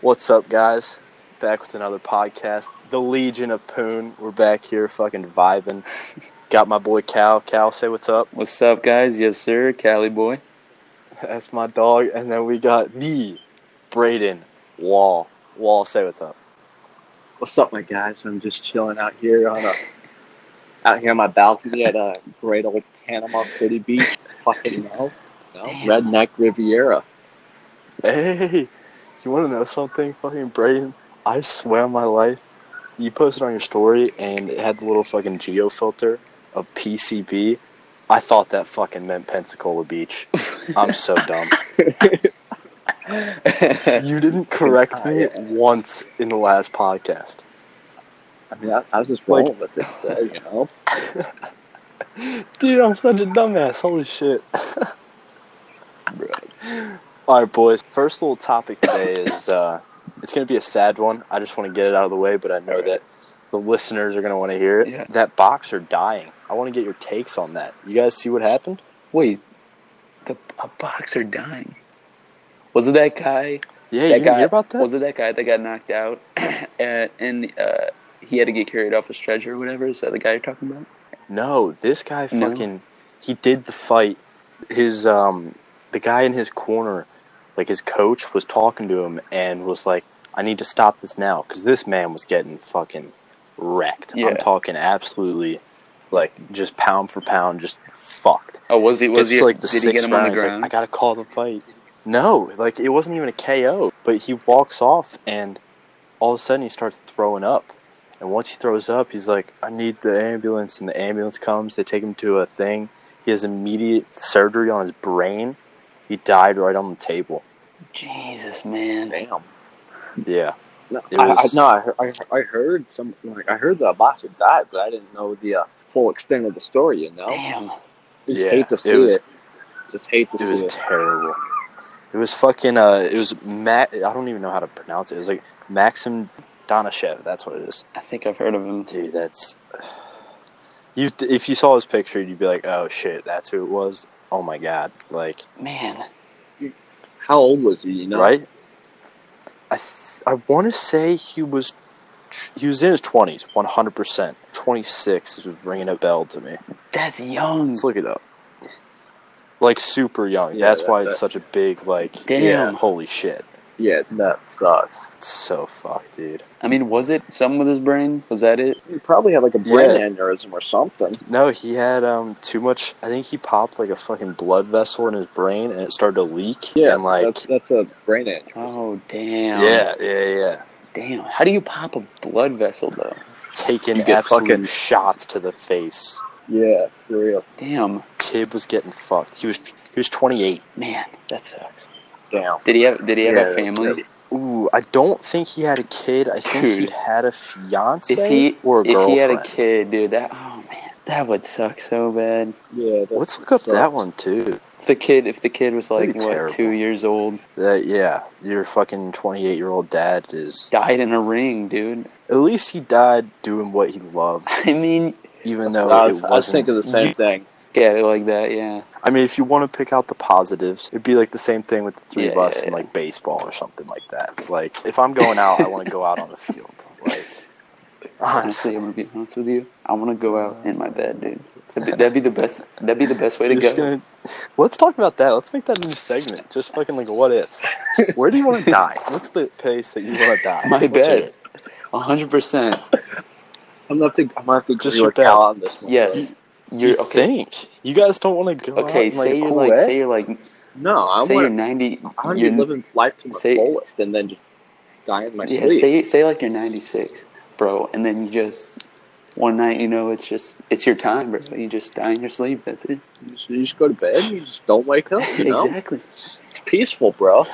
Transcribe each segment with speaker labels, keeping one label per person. Speaker 1: What's up, guys? Back with another podcast. The Legion of Poon. We're back here fucking vibing. Got my boy Cal. Cal, say what's up.
Speaker 2: What's up, guys? Yes, sir. Cali boy.
Speaker 1: That's my dog. And then we got the Braden Wall. Wall, say what's up.
Speaker 3: What's up, my guys? I'm just chilling out here on a out here on my balcony at a great old Panama City beach. Fucking no, no redneck Riviera.
Speaker 1: Hey, you want to know something, fucking Braden? I swear on my life, you posted on your story and it had the little fucking geo filter of PCB. I thought that fucking meant Pensacola Beach. I'm so dumb. You didn't correct me once in the last podcast.
Speaker 3: I mean, I, I was just
Speaker 1: Like-
Speaker 3: rolling with it, there, you know.
Speaker 1: Dude, I'm such a dumbass. Holy shit. All right, boys. First little topic today is uh, it's going to be a sad one. I just want to get it out of the way, but I know
Speaker 2: All right.
Speaker 1: that the listeners are going to want to hear it.
Speaker 2: Yeah.
Speaker 1: That boxer dying. I want to get your takes on that. You guys see what happened?
Speaker 2: Wait, the a boxer dying. Was it that guy?
Speaker 1: Yeah, you
Speaker 2: that guy
Speaker 1: didn't hear about that?
Speaker 2: Was it that guy that got knocked out, and, and uh, he had to get carried off a stretcher or whatever? Is that the guy you're talking about?
Speaker 1: No, this guy
Speaker 2: No.
Speaker 1: fucking he did the fight. His um the guy in his corner, like his coach was talking to him and was like, "I need to stop this now cuz this man was getting fucking wrecked."
Speaker 2: Yeah.
Speaker 1: I'm talking absolutely like just pound for pound just fucked.
Speaker 2: Oh, was he? Was
Speaker 1: Gets
Speaker 2: he?
Speaker 1: to, like the
Speaker 2: did he get
Speaker 1: sixth
Speaker 2: him on
Speaker 1: round,
Speaker 2: the
Speaker 1: he's like,
Speaker 2: ground?
Speaker 1: I got to call the fight. No, like it wasn't even a KO, but he walks off and all of a sudden he starts throwing up. And once he throws up, he's like, I need the ambulance. And the ambulance comes. They take him to a thing. He has immediate surgery on his brain. He died right on the table.
Speaker 2: Jesus, man.
Speaker 3: Damn.
Speaker 1: Yeah.
Speaker 3: No,
Speaker 1: It
Speaker 3: I, I,
Speaker 1: was-
Speaker 3: no, I, heard- I, heard- I heard some like I heard the boxer died, but I didn't know the uh, full extent of the story. You know,
Speaker 2: Damn.
Speaker 3: just
Speaker 1: Yeah,
Speaker 3: hate to
Speaker 1: it
Speaker 3: see it.
Speaker 1: was-
Speaker 3: Just hate to
Speaker 1: It
Speaker 3: see
Speaker 1: was
Speaker 3: it.
Speaker 1: terrible. It was fucking, uh, it was Matt, I don't even know how to pronounce it. It was like Maxim Donashev. That's what it is.
Speaker 2: I think I've heard of him.
Speaker 1: Dude, that's you. If you saw his picture, you'd be like, "Oh shit, that's who it was." Oh my god, like
Speaker 2: Man.
Speaker 3: How old was he? You know,
Speaker 1: right? I th- I want to say he was he was in his twenties, one hundred percent. Twenty six is ringing a bell to me.
Speaker 2: That's young.
Speaker 1: Let's look it up. Like super young.
Speaker 3: Hmm. Yeah,
Speaker 1: that's
Speaker 3: that-
Speaker 1: why it's
Speaker 3: that-
Speaker 1: such a big like.
Speaker 2: Damn.
Speaker 1: yeah, holy shit!
Speaker 3: Yeah, that sucks.
Speaker 1: It's so fucked, dude.
Speaker 2: I mean, was it something with his brain? Was that it?
Speaker 3: He probably had like a brain
Speaker 1: Yeah.
Speaker 3: aneurysm or something.
Speaker 1: No, he had um too much. I think he popped like a fucking blood vessel in his brain, and it started to leak.
Speaker 3: Yeah,
Speaker 1: and like
Speaker 3: that's, that's a brain aneurysm.
Speaker 2: Oh, damn.
Speaker 1: Yeah, yeah, yeah.
Speaker 2: Damn. How do you pop a blood vessel though?
Speaker 1: Taking
Speaker 3: You get
Speaker 1: absolute
Speaker 3: fucking-
Speaker 1: shots to the face.
Speaker 3: Yeah, for real.
Speaker 2: Damn.
Speaker 1: Kid was getting fucked. He was he was 28.
Speaker 2: Man, that sucks.
Speaker 3: Damn.
Speaker 2: Did he have did he have
Speaker 3: Yeah,
Speaker 2: a family?
Speaker 1: Ooh, I don't think he had a kid. I think he
Speaker 2: Dude.
Speaker 1: had a fiance
Speaker 2: If he
Speaker 1: or a
Speaker 2: if
Speaker 1: girlfriend.
Speaker 2: he had a kid, dude, that oh man, that would suck so bad.
Speaker 3: Yeah. That
Speaker 1: Let's look up
Speaker 3: sucks.
Speaker 1: that one too.
Speaker 2: If the kid if the kid was like
Speaker 1: That'd be
Speaker 2: what
Speaker 1: terrible.
Speaker 2: two years old,
Speaker 1: That yeah, your fucking 28 year old dad is.
Speaker 2: died in a ring, dude.
Speaker 1: At least he died doing what he loved,
Speaker 2: I mean,
Speaker 1: even
Speaker 3: I
Speaker 1: though it
Speaker 3: was, I
Speaker 1: wasn't.
Speaker 3: was thinking the same thing.
Speaker 2: yeah, like that, yeah.
Speaker 1: I mean, if you want to pick out the positives, it'd be like the same thing with the three of
Speaker 2: Yeah,
Speaker 1: us
Speaker 2: yeah,
Speaker 1: and
Speaker 2: yeah.
Speaker 1: like baseball or something like that. Like, if I'm going out, I want to go out on the field. Like, honestly,
Speaker 2: Honestly, I'm gonna be honest with you. I want to go out in my bed, dude. That'd be, that'd be the best. That'd be the best way to
Speaker 1: you're
Speaker 2: go.
Speaker 1: just gonna- let's talk about that. Let's make that a new segment. Just fucking like, what ifs? Where do you want to die? What's the place that you want to die?
Speaker 2: My
Speaker 1: Let's hear
Speaker 2: bed.
Speaker 1: it.
Speaker 2: A hundred percent.
Speaker 3: I'm gonna have to. I'm gonna have to
Speaker 1: Just
Speaker 3: agree with
Speaker 1: your
Speaker 3: Cal
Speaker 1: bad.
Speaker 3: on this one.
Speaker 2: Yes.
Speaker 3: though.
Speaker 1: You
Speaker 2: You're okay.
Speaker 1: think you guys don't want to go? out in,
Speaker 2: Okay,
Speaker 1: like,
Speaker 2: say
Speaker 1: a
Speaker 2: you're
Speaker 1: cool eh?
Speaker 2: like
Speaker 1: way?
Speaker 2: say you're like
Speaker 3: No, I
Speaker 2: say you're
Speaker 3: want.
Speaker 2: ninety.
Speaker 3: I want to
Speaker 2: you're-
Speaker 3: be living life to my
Speaker 2: say-
Speaker 3: fullest, and then just die in my
Speaker 2: yeah,
Speaker 3: sleep.
Speaker 2: say say like you're ninety six, bro, and then you just one night, you know, it's just it's your time, bro. You just die in your sleep. That's it.
Speaker 3: You just, you just go to bed. You just don't wake up. You know,
Speaker 2: Exactly.
Speaker 3: it's, it's peaceful, bro.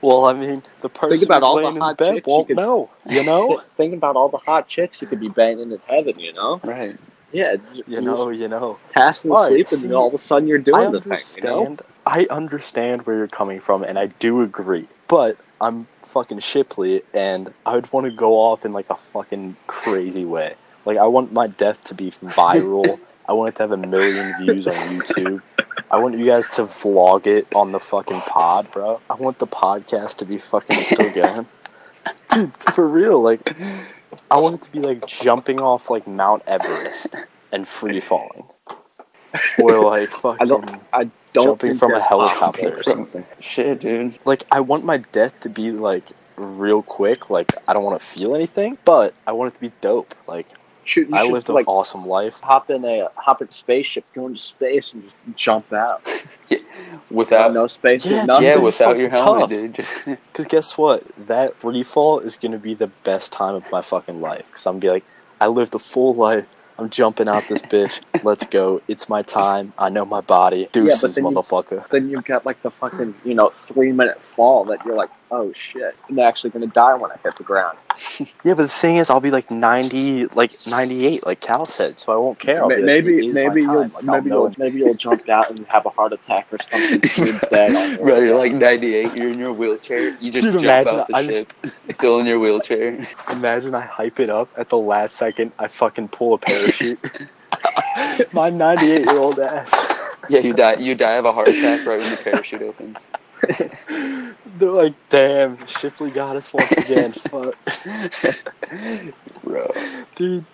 Speaker 1: well, I mean, the person
Speaker 3: about
Speaker 1: who's
Speaker 3: all the
Speaker 1: laying in
Speaker 3: hot
Speaker 1: bed
Speaker 3: chicks you
Speaker 1: won't
Speaker 3: could-
Speaker 1: know. You know,
Speaker 3: Th- Thinking about all the hot chicks you could be banging in heaven. You know.
Speaker 2: Right.
Speaker 3: Yeah. Just,
Speaker 1: you
Speaker 3: just
Speaker 1: know, you know.
Speaker 3: passing the
Speaker 1: All right,
Speaker 3: sleep, and
Speaker 1: see,
Speaker 3: then all of a sudden you're
Speaker 1: I
Speaker 3: doing the thing.
Speaker 1: understand.
Speaker 3: You know.
Speaker 1: I understand where you're coming from, and I do agree. But I'm fucking Shipley, and I would want to go off in like a fucking crazy way. Like I want my death to be viral. I want it to have a million views on YouTube. I want you guys to vlog it on the fucking pod, bro. I want the podcast to be fucking still going. Dude, for real, like I want it to be like jumping off like Mount Everest and free falling. Or like
Speaker 3: I
Speaker 1: fucking
Speaker 3: don't. I don't
Speaker 1: Jumping
Speaker 3: think
Speaker 1: from a
Speaker 3: that's
Speaker 1: helicopter
Speaker 3: possible.
Speaker 1: or
Speaker 2: something. Shit, dude.
Speaker 1: like I want my death to be like real quick, like I don't want to feel anything, but I want it to be dope. Like
Speaker 3: Shoot, you
Speaker 1: I
Speaker 3: should,
Speaker 1: lived an
Speaker 3: like
Speaker 1: awesome life.
Speaker 3: hop in a hop in a spaceship, go into space, and just jump out.
Speaker 2: Without
Speaker 3: no space,
Speaker 1: Yeah,
Speaker 3: nothing.
Speaker 2: yeah,
Speaker 1: dude,
Speaker 2: without your
Speaker 1: fucking
Speaker 2: helmet,
Speaker 1: tough.
Speaker 2: dude. Just,
Speaker 1: Cause guess what? That free fall is gonna be the best time of my fucking life. Cause I'm gonna be like, I lived a full life. I'm jumping out this bitch. Let's go. It's my time. I know my body. Deuces,
Speaker 3: then you-
Speaker 1: motherfucker.
Speaker 3: Then you've got like the fucking you know three minute fall that you're like, oh shit, I'm actually gonna die when I hit the ground.
Speaker 1: Yeah, but the thing is, I'll be like 90, like 98, like Cal said. So I won't care. I'll be
Speaker 3: Ma-
Speaker 1: like,
Speaker 3: maybe
Speaker 1: it is my
Speaker 3: maybe you'll
Speaker 1: time. Like, I'll
Speaker 3: maybe
Speaker 1: know
Speaker 3: you'll maybe you'll jump out and have a heart attack or something. You're dead.
Speaker 2: bro, you're like 98. You're in your wheelchair. You just
Speaker 1: Dude,
Speaker 2: jump
Speaker 1: imagine,
Speaker 2: out the
Speaker 1: I
Speaker 2: ship, still in your wheelchair.
Speaker 1: Imagine I hype it up at the last second. I fucking pull a parachute. My 98 year old ass.
Speaker 2: Yeah, you die. You die of a heart attack right when the parachute opens.
Speaker 1: They're like, damn, Shipley got us once again. Fuck,
Speaker 2: Bro,
Speaker 1: dude.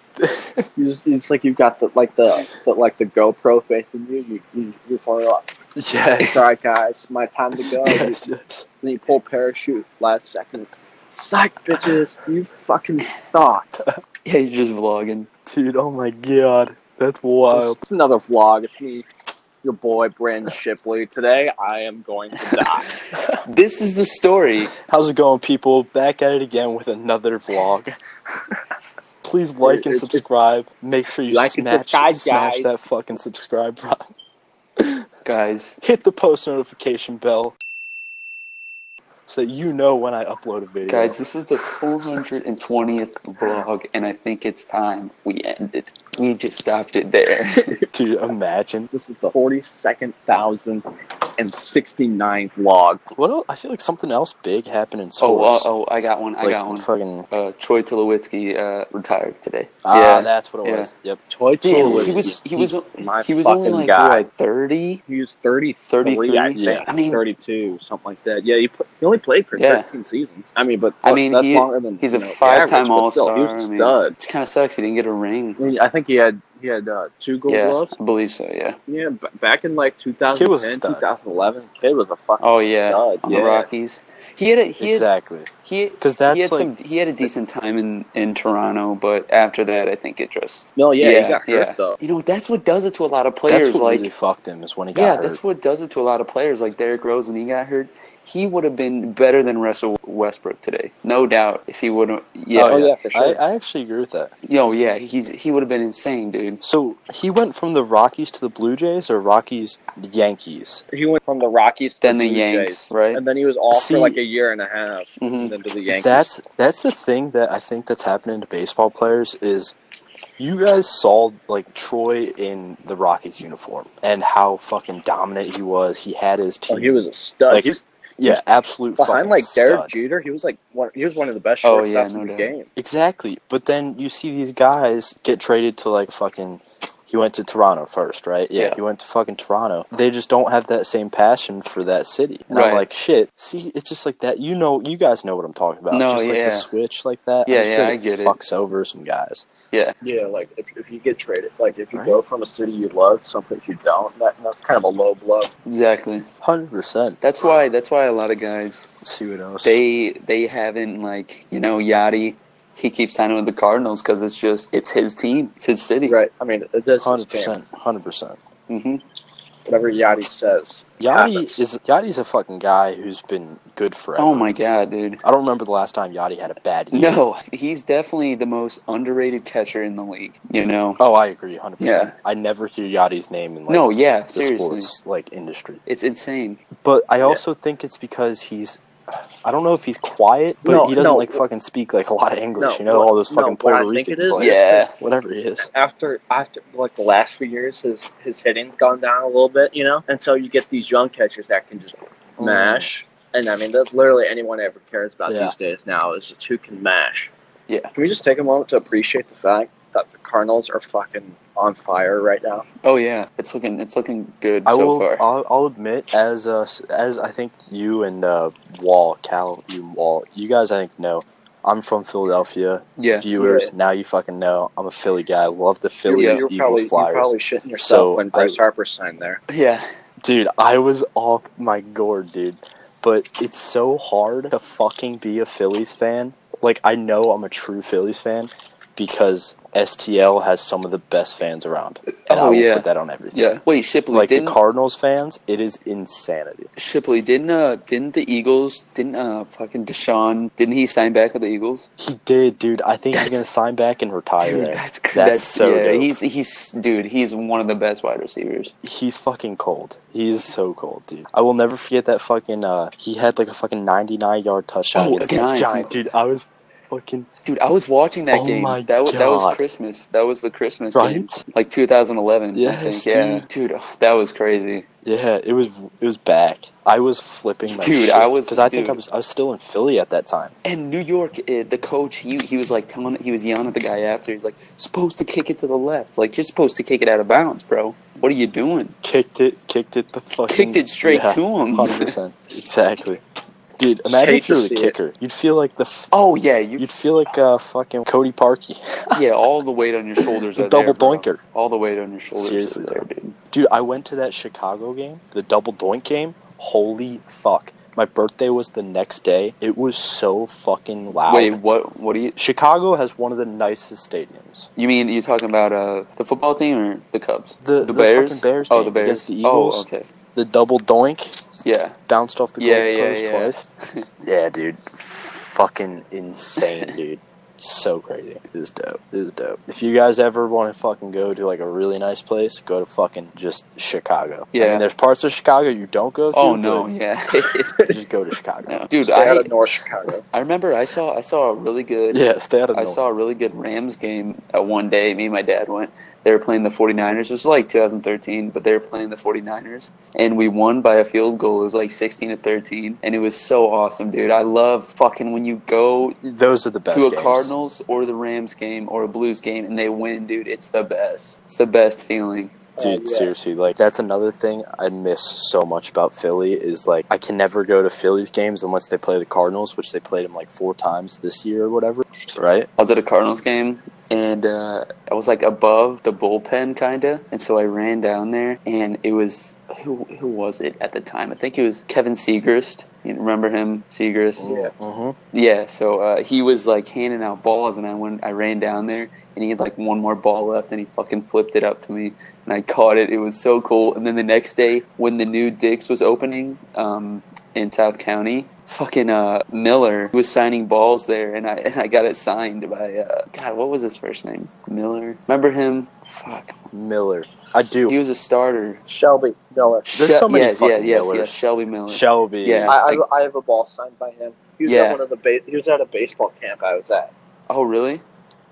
Speaker 3: You just, it's like you've got the like the, the like the GoPro face in you. You you you're falling off.
Speaker 1: Yes.
Speaker 3: It's all right, guys. My time to go. You-
Speaker 1: Yes, yes.
Speaker 3: Then you pull parachute last second. It's psych, bitches. You fucking thought.
Speaker 2: yeah, you're just vlogging.
Speaker 1: Dude, oh my god. That's wild.
Speaker 3: It's another vlog. It's me, your boy Brandon Shipley. Today I am going to die.
Speaker 2: This is the story.
Speaker 1: How's it going, people? Back at it again with another vlog. Please like and
Speaker 3: It- it- it-
Speaker 1: subscribe. Make sure you
Speaker 3: Like and
Speaker 1: smash,
Speaker 3: subscribe,
Speaker 1: smash
Speaker 3: guys.
Speaker 1: that fucking subscribe button.
Speaker 2: guys.
Speaker 1: Hit the post notification bell so that you know when I upload a video.
Speaker 2: Guys, this is the 420th vlog, and I think it's time we ended. We just stopped it there.
Speaker 1: Dude, imagine.
Speaker 3: This is the forty-second thousand and sixty-nine vlog.
Speaker 1: What else? I feel like something else big happened in
Speaker 2: oh, uh,
Speaker 1: sports.
Speaker 2: oh, I got one. I
Speaker 1: Like,
Speaker 2: got one.
Speaker 1: Fucking,
Speaker 2: Uh, Troy Tulowitzki uh, retired today.
Speaker 1: ah, that's what it was. Yep.
Speaker 3: Troy
Speaker 2: Damn,
Speaker 1: Tulowitzki.
Speaker 2: he was he was
Speaker 3: my
Speaker 2: he was only
Speaker 3: fucking
Speaker 2: like
Speaker 3: guy.
Speaker 2: what, thirty.
Speaker 3: He was 33,
Speaker 2: 33?
Speaker 3: I think.
Speaker 1: Yeah.
Speaker 2: I mean-
Speaker 3: 32, something like that. Yeah, he, pl- he only played for
Speaker 2: Yeah.
Speaker 3: 13 seasons. I mean, but
Speaker 2: I
Speaker 3: look,
Speaker 2: mean,
Speaker 3: that's
Speaker 2: he-
Speaker 3: longer than
Speaker 2: He's a
Speaker 3: you know, the
Speaker 2: five-time
Speaker 3: average, but still,
Speaker 2: All-Star.
Speaker 3: He was a
Speaker 2: I mean,
Speaker 3: stud.
Speaker 2: It kind of sucks he didn't get a ring.
Speaker 3: I, mean, I think he had he had uh, two gold
Speaker 2: Yeah,
Speaker 3: gloves.
Speaker 2: I believe so. Yeah,
Speaker 3: Yeah, b- back in like
Speaker 1: Kid was a
Speaker 3: 2010,
Speaker 1: stud.
Speaker 3: 2011, kid was a fucking
Speaker 2: Oh, yeah.
Speaker 3: stud.
Speaker 2: on
Speaker 3: Yeah.
Speaker 2: the Rockies. He had a he had,
Speaker 1: Exactly.
Speaker 2: he
Speaker 1: Because
Speaker 2: he
Speaker 1: that's
Speaker 2: had
Speaker 1: like.
Speaker 2: some he had a decent time in in Toronto, but after that, I think it just
Speaker 3: No, yeah, he got hurt
Speaker 2: yeah.
Speaker 3: though.
Speaker 2: You know, that's what does it to a lot of
Speaker 1: that's
Speaker 2: players.
Speaker 1: what
Speaker 2: Like,
Speaker 1: really fucked him is when he got
Speaker 2: yeah,
Speaker 1: hurt.
Speaker 2: that's what does it to a lot of players. Like Derrick Rose, when he got hurt, he would have been better than Russell Westbrook today, no doubt. If he would have, yeah,
Speaker 3: Oh, yeah, for sure.
Speaker 1: I, I actually agree with that.
Speaker 2: yo, yeah, he's he would have been insane, dude.
Speaker 1: So he went from the Rockies to the Blue Jays or Rockies to Yankees.
Speaker 3: He went from the Rockies to
Speaker 2: Then the
Speaker 3: Blue
Speaker 2: Yanks,
Speaker 3: Jays,
Speaker 2: right?
Speaker 3: And then he was off
Speaker 1: See-
Speaker 3: for like a year and a half,
Speaker 2: hmm
Speaker 1: Mm-hmm.
Speaker 3: and then to the Yankees.
Speaker 1: That's that's the thing that I think that's happening to baseball players is you guys saw like Troy in the Rockies uniform and how fucking dominant he was. He had his team.
Speaker 3: oh, he was a stud.
Speaker 1: Like,
Speaker 3: he was
Speaker 1: yeah, absolute
Speaker 3: behind
Speaker 1: fucking
Speaker 3: like Derek
Speaker 1: stud.
Speaker 3: Jeter. He was like one. He was one of the best
Speaker 2: Oh,
Speaker 3: shortstops
Speaker 2: yeah, no
Speaker 3: in the
Speaker 2: doubt.
Speaker 3: game.
Speaker 1: Exactly. But then you see these guys get traded to like fucking he went to Toronto first, right? Yeah,
Speaker 2: Yeah.
Speaker 1: he went to fucking Toronto. They just don't have that same passion for that city. And
Speaker 2: Right.
Speaker 1: I'm like, shit. See, it's just like that. You know, you guys know what I'm talking about.
Speaker 2: No,
Speaker 1: just like
Speaker 2: yeah.
Speaker 1: the switch like that.
Speaker 2: Yeah,
Speaker 1: just
Speaker 2: yeah,
Speaker 1: feel like
Speaker 2: I get it.
Speaker 1: Fucks over some guys.
Speaker 3: Yeah, like if, if you get traded, like if you
Speaker 1: Right.
Speaker 3: go from a city you love to something you don't, that, that's kind of a low blow.
Speaker 2: Exactly.
Speaker 1: Hundred percent.
Speaker 2: That's why. That's why a lot of guys
Speaker 1: See what else?
Speaker 2: they they haven't like you know Yachty. He keeps signing with the Cardinals because it's just it's his team, it's his city.
Speaker 3: Right. I mean, it does.
Speaker 1: hundred
Speaker 3: stand.
Speaker 1: percent. Hundred percent.
Speaker 2: hmm
Speaker 3: Whatever Yachty says.
Speaker 1: Yachty
Speaker 3: happens.
Speaker 1: is Yachty's a fucking guy who's been good forever.
Speaker 2: Oh my god, dude!
Speaker 1: I don't remember the last time Yachty had a bad year.
Speaker 2: No, he's definitely the most underrated catcher in the league. You know?
Speaker 1: Oh, I agree, hundred
Speaker 2: Yeah.
Speaker 1: percent. I never hear Yachty's name in like
Speaker 2: no, yeah,
Speaker 1: the
Speaker 2: seriously,
Speaker 1: sports like industry.
Speaker 2: it's insane.
Speaker 1: But I also think it's because he's I don't know if he's quiet, but
Speaker 3: No,
Speaker 1: he doesn't
Speaker 3: no.
Speaker 1: like fucking speak like a lot of English,
Speaker 3: No,
Speaker 1: you know,
Speaker 3: what-
Speaker 1: all those
Speaker 3: no,
Speaker 1: fucking
Speaker 3: what I
Speaker 1: Puerto
Speaker 3: think it
Speaker 1: Ricans
Speaker 3: is-
Speaker 1: like
Speaker 2: Yeah,
Speaker 1: whatever he is.
Speaker 3: After after like the last few years, his his hitting's gone down a little bit, you know, and so you get these young catchers that can just mash. And I mean, that's literally anyone ever cares about
Speaker 1: Mm. Yeah.
Speaker 3: these days now is just who can mash.
Speaker 2: Yeah.
Speaker 3: Can we just take a moment to appreciate the fact that the Cardinals are fucking
Speaker 4: on fire right now.
Speaker 2: Oh yeah, it's looking it's looking good
Speaker 1: I
Speaker 2: so
Speaker 1: will.
Speaker 2: far.
Speaker 1: I'll, I'll admit, as uh, s- as I think you and uh, Wall Cal, you and Wall, you guys, I think know. I'm from Philadelphia.
Speaker 2: yeah,
Speaker 1: Viewers, now you fucking know. I'm a Philly guy. Love the
Speaker 4: You-
Speaker 1: Phillies,
Speaker 2: Yeah.
Speaker 1: Eagles,
Speaker 4: you, were probably, you
Speaker 1: Flyers.
Speaker 4: probably shitting yourself
Speaker 1: So,
Speaker 4: when
Speaker 1: I-
Speaker 4: Bryce Harper signed there.
Speaker 2: yeah,
Speaker 1: Dude, I was off my gourd, dude. But it's so hard to fucking be a Phillies fan. Like, I know I'm a true Phillies fan because STL has some of the best fans around. And
Speaker 2: Oh,
Speaker 1: I will
Speaker 2: yeah.
Speaker 1: put that on everything.
Speaker 2: yeah. Wait, Shipley
Speaker 1: Like, the
Speaker 2: didn't
Speaker 1: Cardinals fans, it is insanity.
Speaker 2: Shipley didn't uh didn't the Eagles didn't uh fucking Deshaun didn't he sign back with the Eagles?
Speaker 1: He did, dude. I think
Speaker 2: That's-
Speaker 1: he's going to sign back and retire
Speaker 2: Dude,
Speaker 1: there. That's
Speaker 2: that's crazy. That's,
Speaker 1: so
Speaker 2: yeah,
Speaker 1: dope.
Speaker 2: he's he's dude, he's one of the best wide receivers.
Speaker 1: He's fucking cold. He is so cold, dude. I will never forget that fucking, uh, he had like a fucking 99 yard touchdown
Speaker 2: Oh,
Speaker 1: against
Speaker 2: against
Speaker 1: the
Speaker 2: Giants.
Speaker 1: Giants. Dude, I was fucking
Speaker 2: Dude, I was watching that
Speaker 1: Oh
Speaker 2: game.
Speaker 1: my
Speaker 2: that was that was
Speaker 1: God.
Speaker 2: Christmas. That was the Christmas game,
Speaker 1: Right?
Speaker 2: like 2011. I
Speaker 1: Yes,
Speaker 2: think. Yeah, dude, oh, that was crazy.
Speaker 1: Yeah, it was it was back. I was flipping my
Speaker 2: Dude, I was-
Speaker 1: because I think I
Speaker 2: dude.
Speaker 1: was I was still in Philly at that time.
Speaker 2: And New York, eh, the coach, he he was like telling, he was yelling at the guy after. He's like, "Supposed to kick it to the left. Like you're supposed to kick it out of bounds, bro. What are you doing?
Speaker 1: Kicked it, kicked it the fucking
Speaker 2: Kicked it straight to
Speaker 1: Hundred
Speaker 2: him."
Speaker 1: percent, exactly. Dude, imagine
Speaker 4: hate
Speaker 1: if
Speaker 4: to
Speaker 1: you were the
Speaker 4: see it.
Speaker 1: kicker. You'd feel like the f-
Speaker 2: oh yeah, you
Speaker 1: you'd feel like uh fucking Cody Parkey.
Speaker 2: yeah, all the weight on your shoulders. Are
Speaker 1: Double
Speaker 2: there, bro.
Speaker 1: doinker.
Speaker 2: All the weight on your shoulders.
Speaker 1: Seriously,
Speaker 2: Seriously, there, dude.
Speaker 1: Dude, I went to that Chicago game, the double doink game. Holy fuck! My birthday was the next day. It was so fucking loud.
Speaker 2: Wait, what? What do you?
Speaker 1: Chicago has one of the nicest stadiums.
Speaker 2: You mean you talking about uh the football team or the Cubs?
Speaker 1: The- the
Speaker 2: Bears.
Speaker 1: fucking Bears
Speaker 2: oh,
Speaker 1: game
Speaker 2: the Bears.
Speaker 1: against the Eagles.
Speaker 2: Oh, okay.
Speaker 1: The double doink
Speaker 2: Yeah.
Speaker 1: bounced off the
Speaker 2: Yeah,
Speaker 1: goalpost
Speaker 2: yeah, yeah.
Speaker 1: twice. yeah, dude. Fucking insane, dude. So crazy. This is dope. This is dope. If you guys ever want to fucking go to like a really nice place, go to fucking just Chicago. I
Speaker 2: Yeah.
Speaker 1: mean, there's parts of Chicago you don't go to.
Speaker 2: Oh no,
Speaker 1: but
Speaker 2: yeah.
Speaker 1: Just go to Chicago.
Speaker 2: No. Dude,
Speaker 4: Stay out
Speaker 2: I
Speaker 4: of North Chicago.
Speaker 2: I remember I saw I saw a really good
Speaker 1: Yeah, stay out of
Speaker 2: I
Speaker 1: North.
Speaker 2: saw a really good Rams game uh, one day. Me and my dad went. They were playing the 49ers. It was like 2013, but they were playing the 49ers. And we won by a field goal. It was like 16 to 13. And it was so awesome, dude. I love fucking when you go
Speaker 1: Those are the best.
Speaker 2: to a
Speaker 1: games.
Speaker 2: Cardinals or the Rams game or a Blues game and they win, dude. It's the best. It's the best feeling.
Speaker 1: Dude,
Speaker 4: Oh, yeah.
Speaker 1: seriously, like that's another thing I miss so much about Philly is like I can never go to Phillies games unless they play the Cardinals, which they played them like four times this year or whatever, right?
Speaker 2: I was at a Cardinals game and uh, I was like above the bullpen, kinda, and so I ran down there and it was who who was it at the time? I think it was Kevin Segrist. You remember him, Segrist?
Speaker 1: hmm
Speaker 2: Yeah, so uh, he was like handing out balls, and I went, I ran down there, and he had like one more ball left, and he fucking flipped it up to me, and I caught it. It was so cool. And then the next day, when the new Dick's was opening um, in South County, fucking uh, Miller was signing balls there, and I and I got it signed by uh, God, what was his first name? Miller. Remember him? Fuck,
Speaker 1: Miller, I do.
Speaker 2: he was a starter.
Speaker 4: Shelby Miller.
Speaker 1: There's so many
Speaker 2: yeah, yeah,
Speaker 1: fucking
Speaker 2: yes,
Speaker 1: Millers.
Speaker 2: yes, Shelby Miller.
Speaker 1: Shelby,
Speaker 2: Yeah.
Speaker 4: I, I, I have a ball signed by him. He was
Speaker 2: Yeah.
Speaker 4: at one of the ba- he was at a baseball camp I was at.
Speaker 2: oh, really?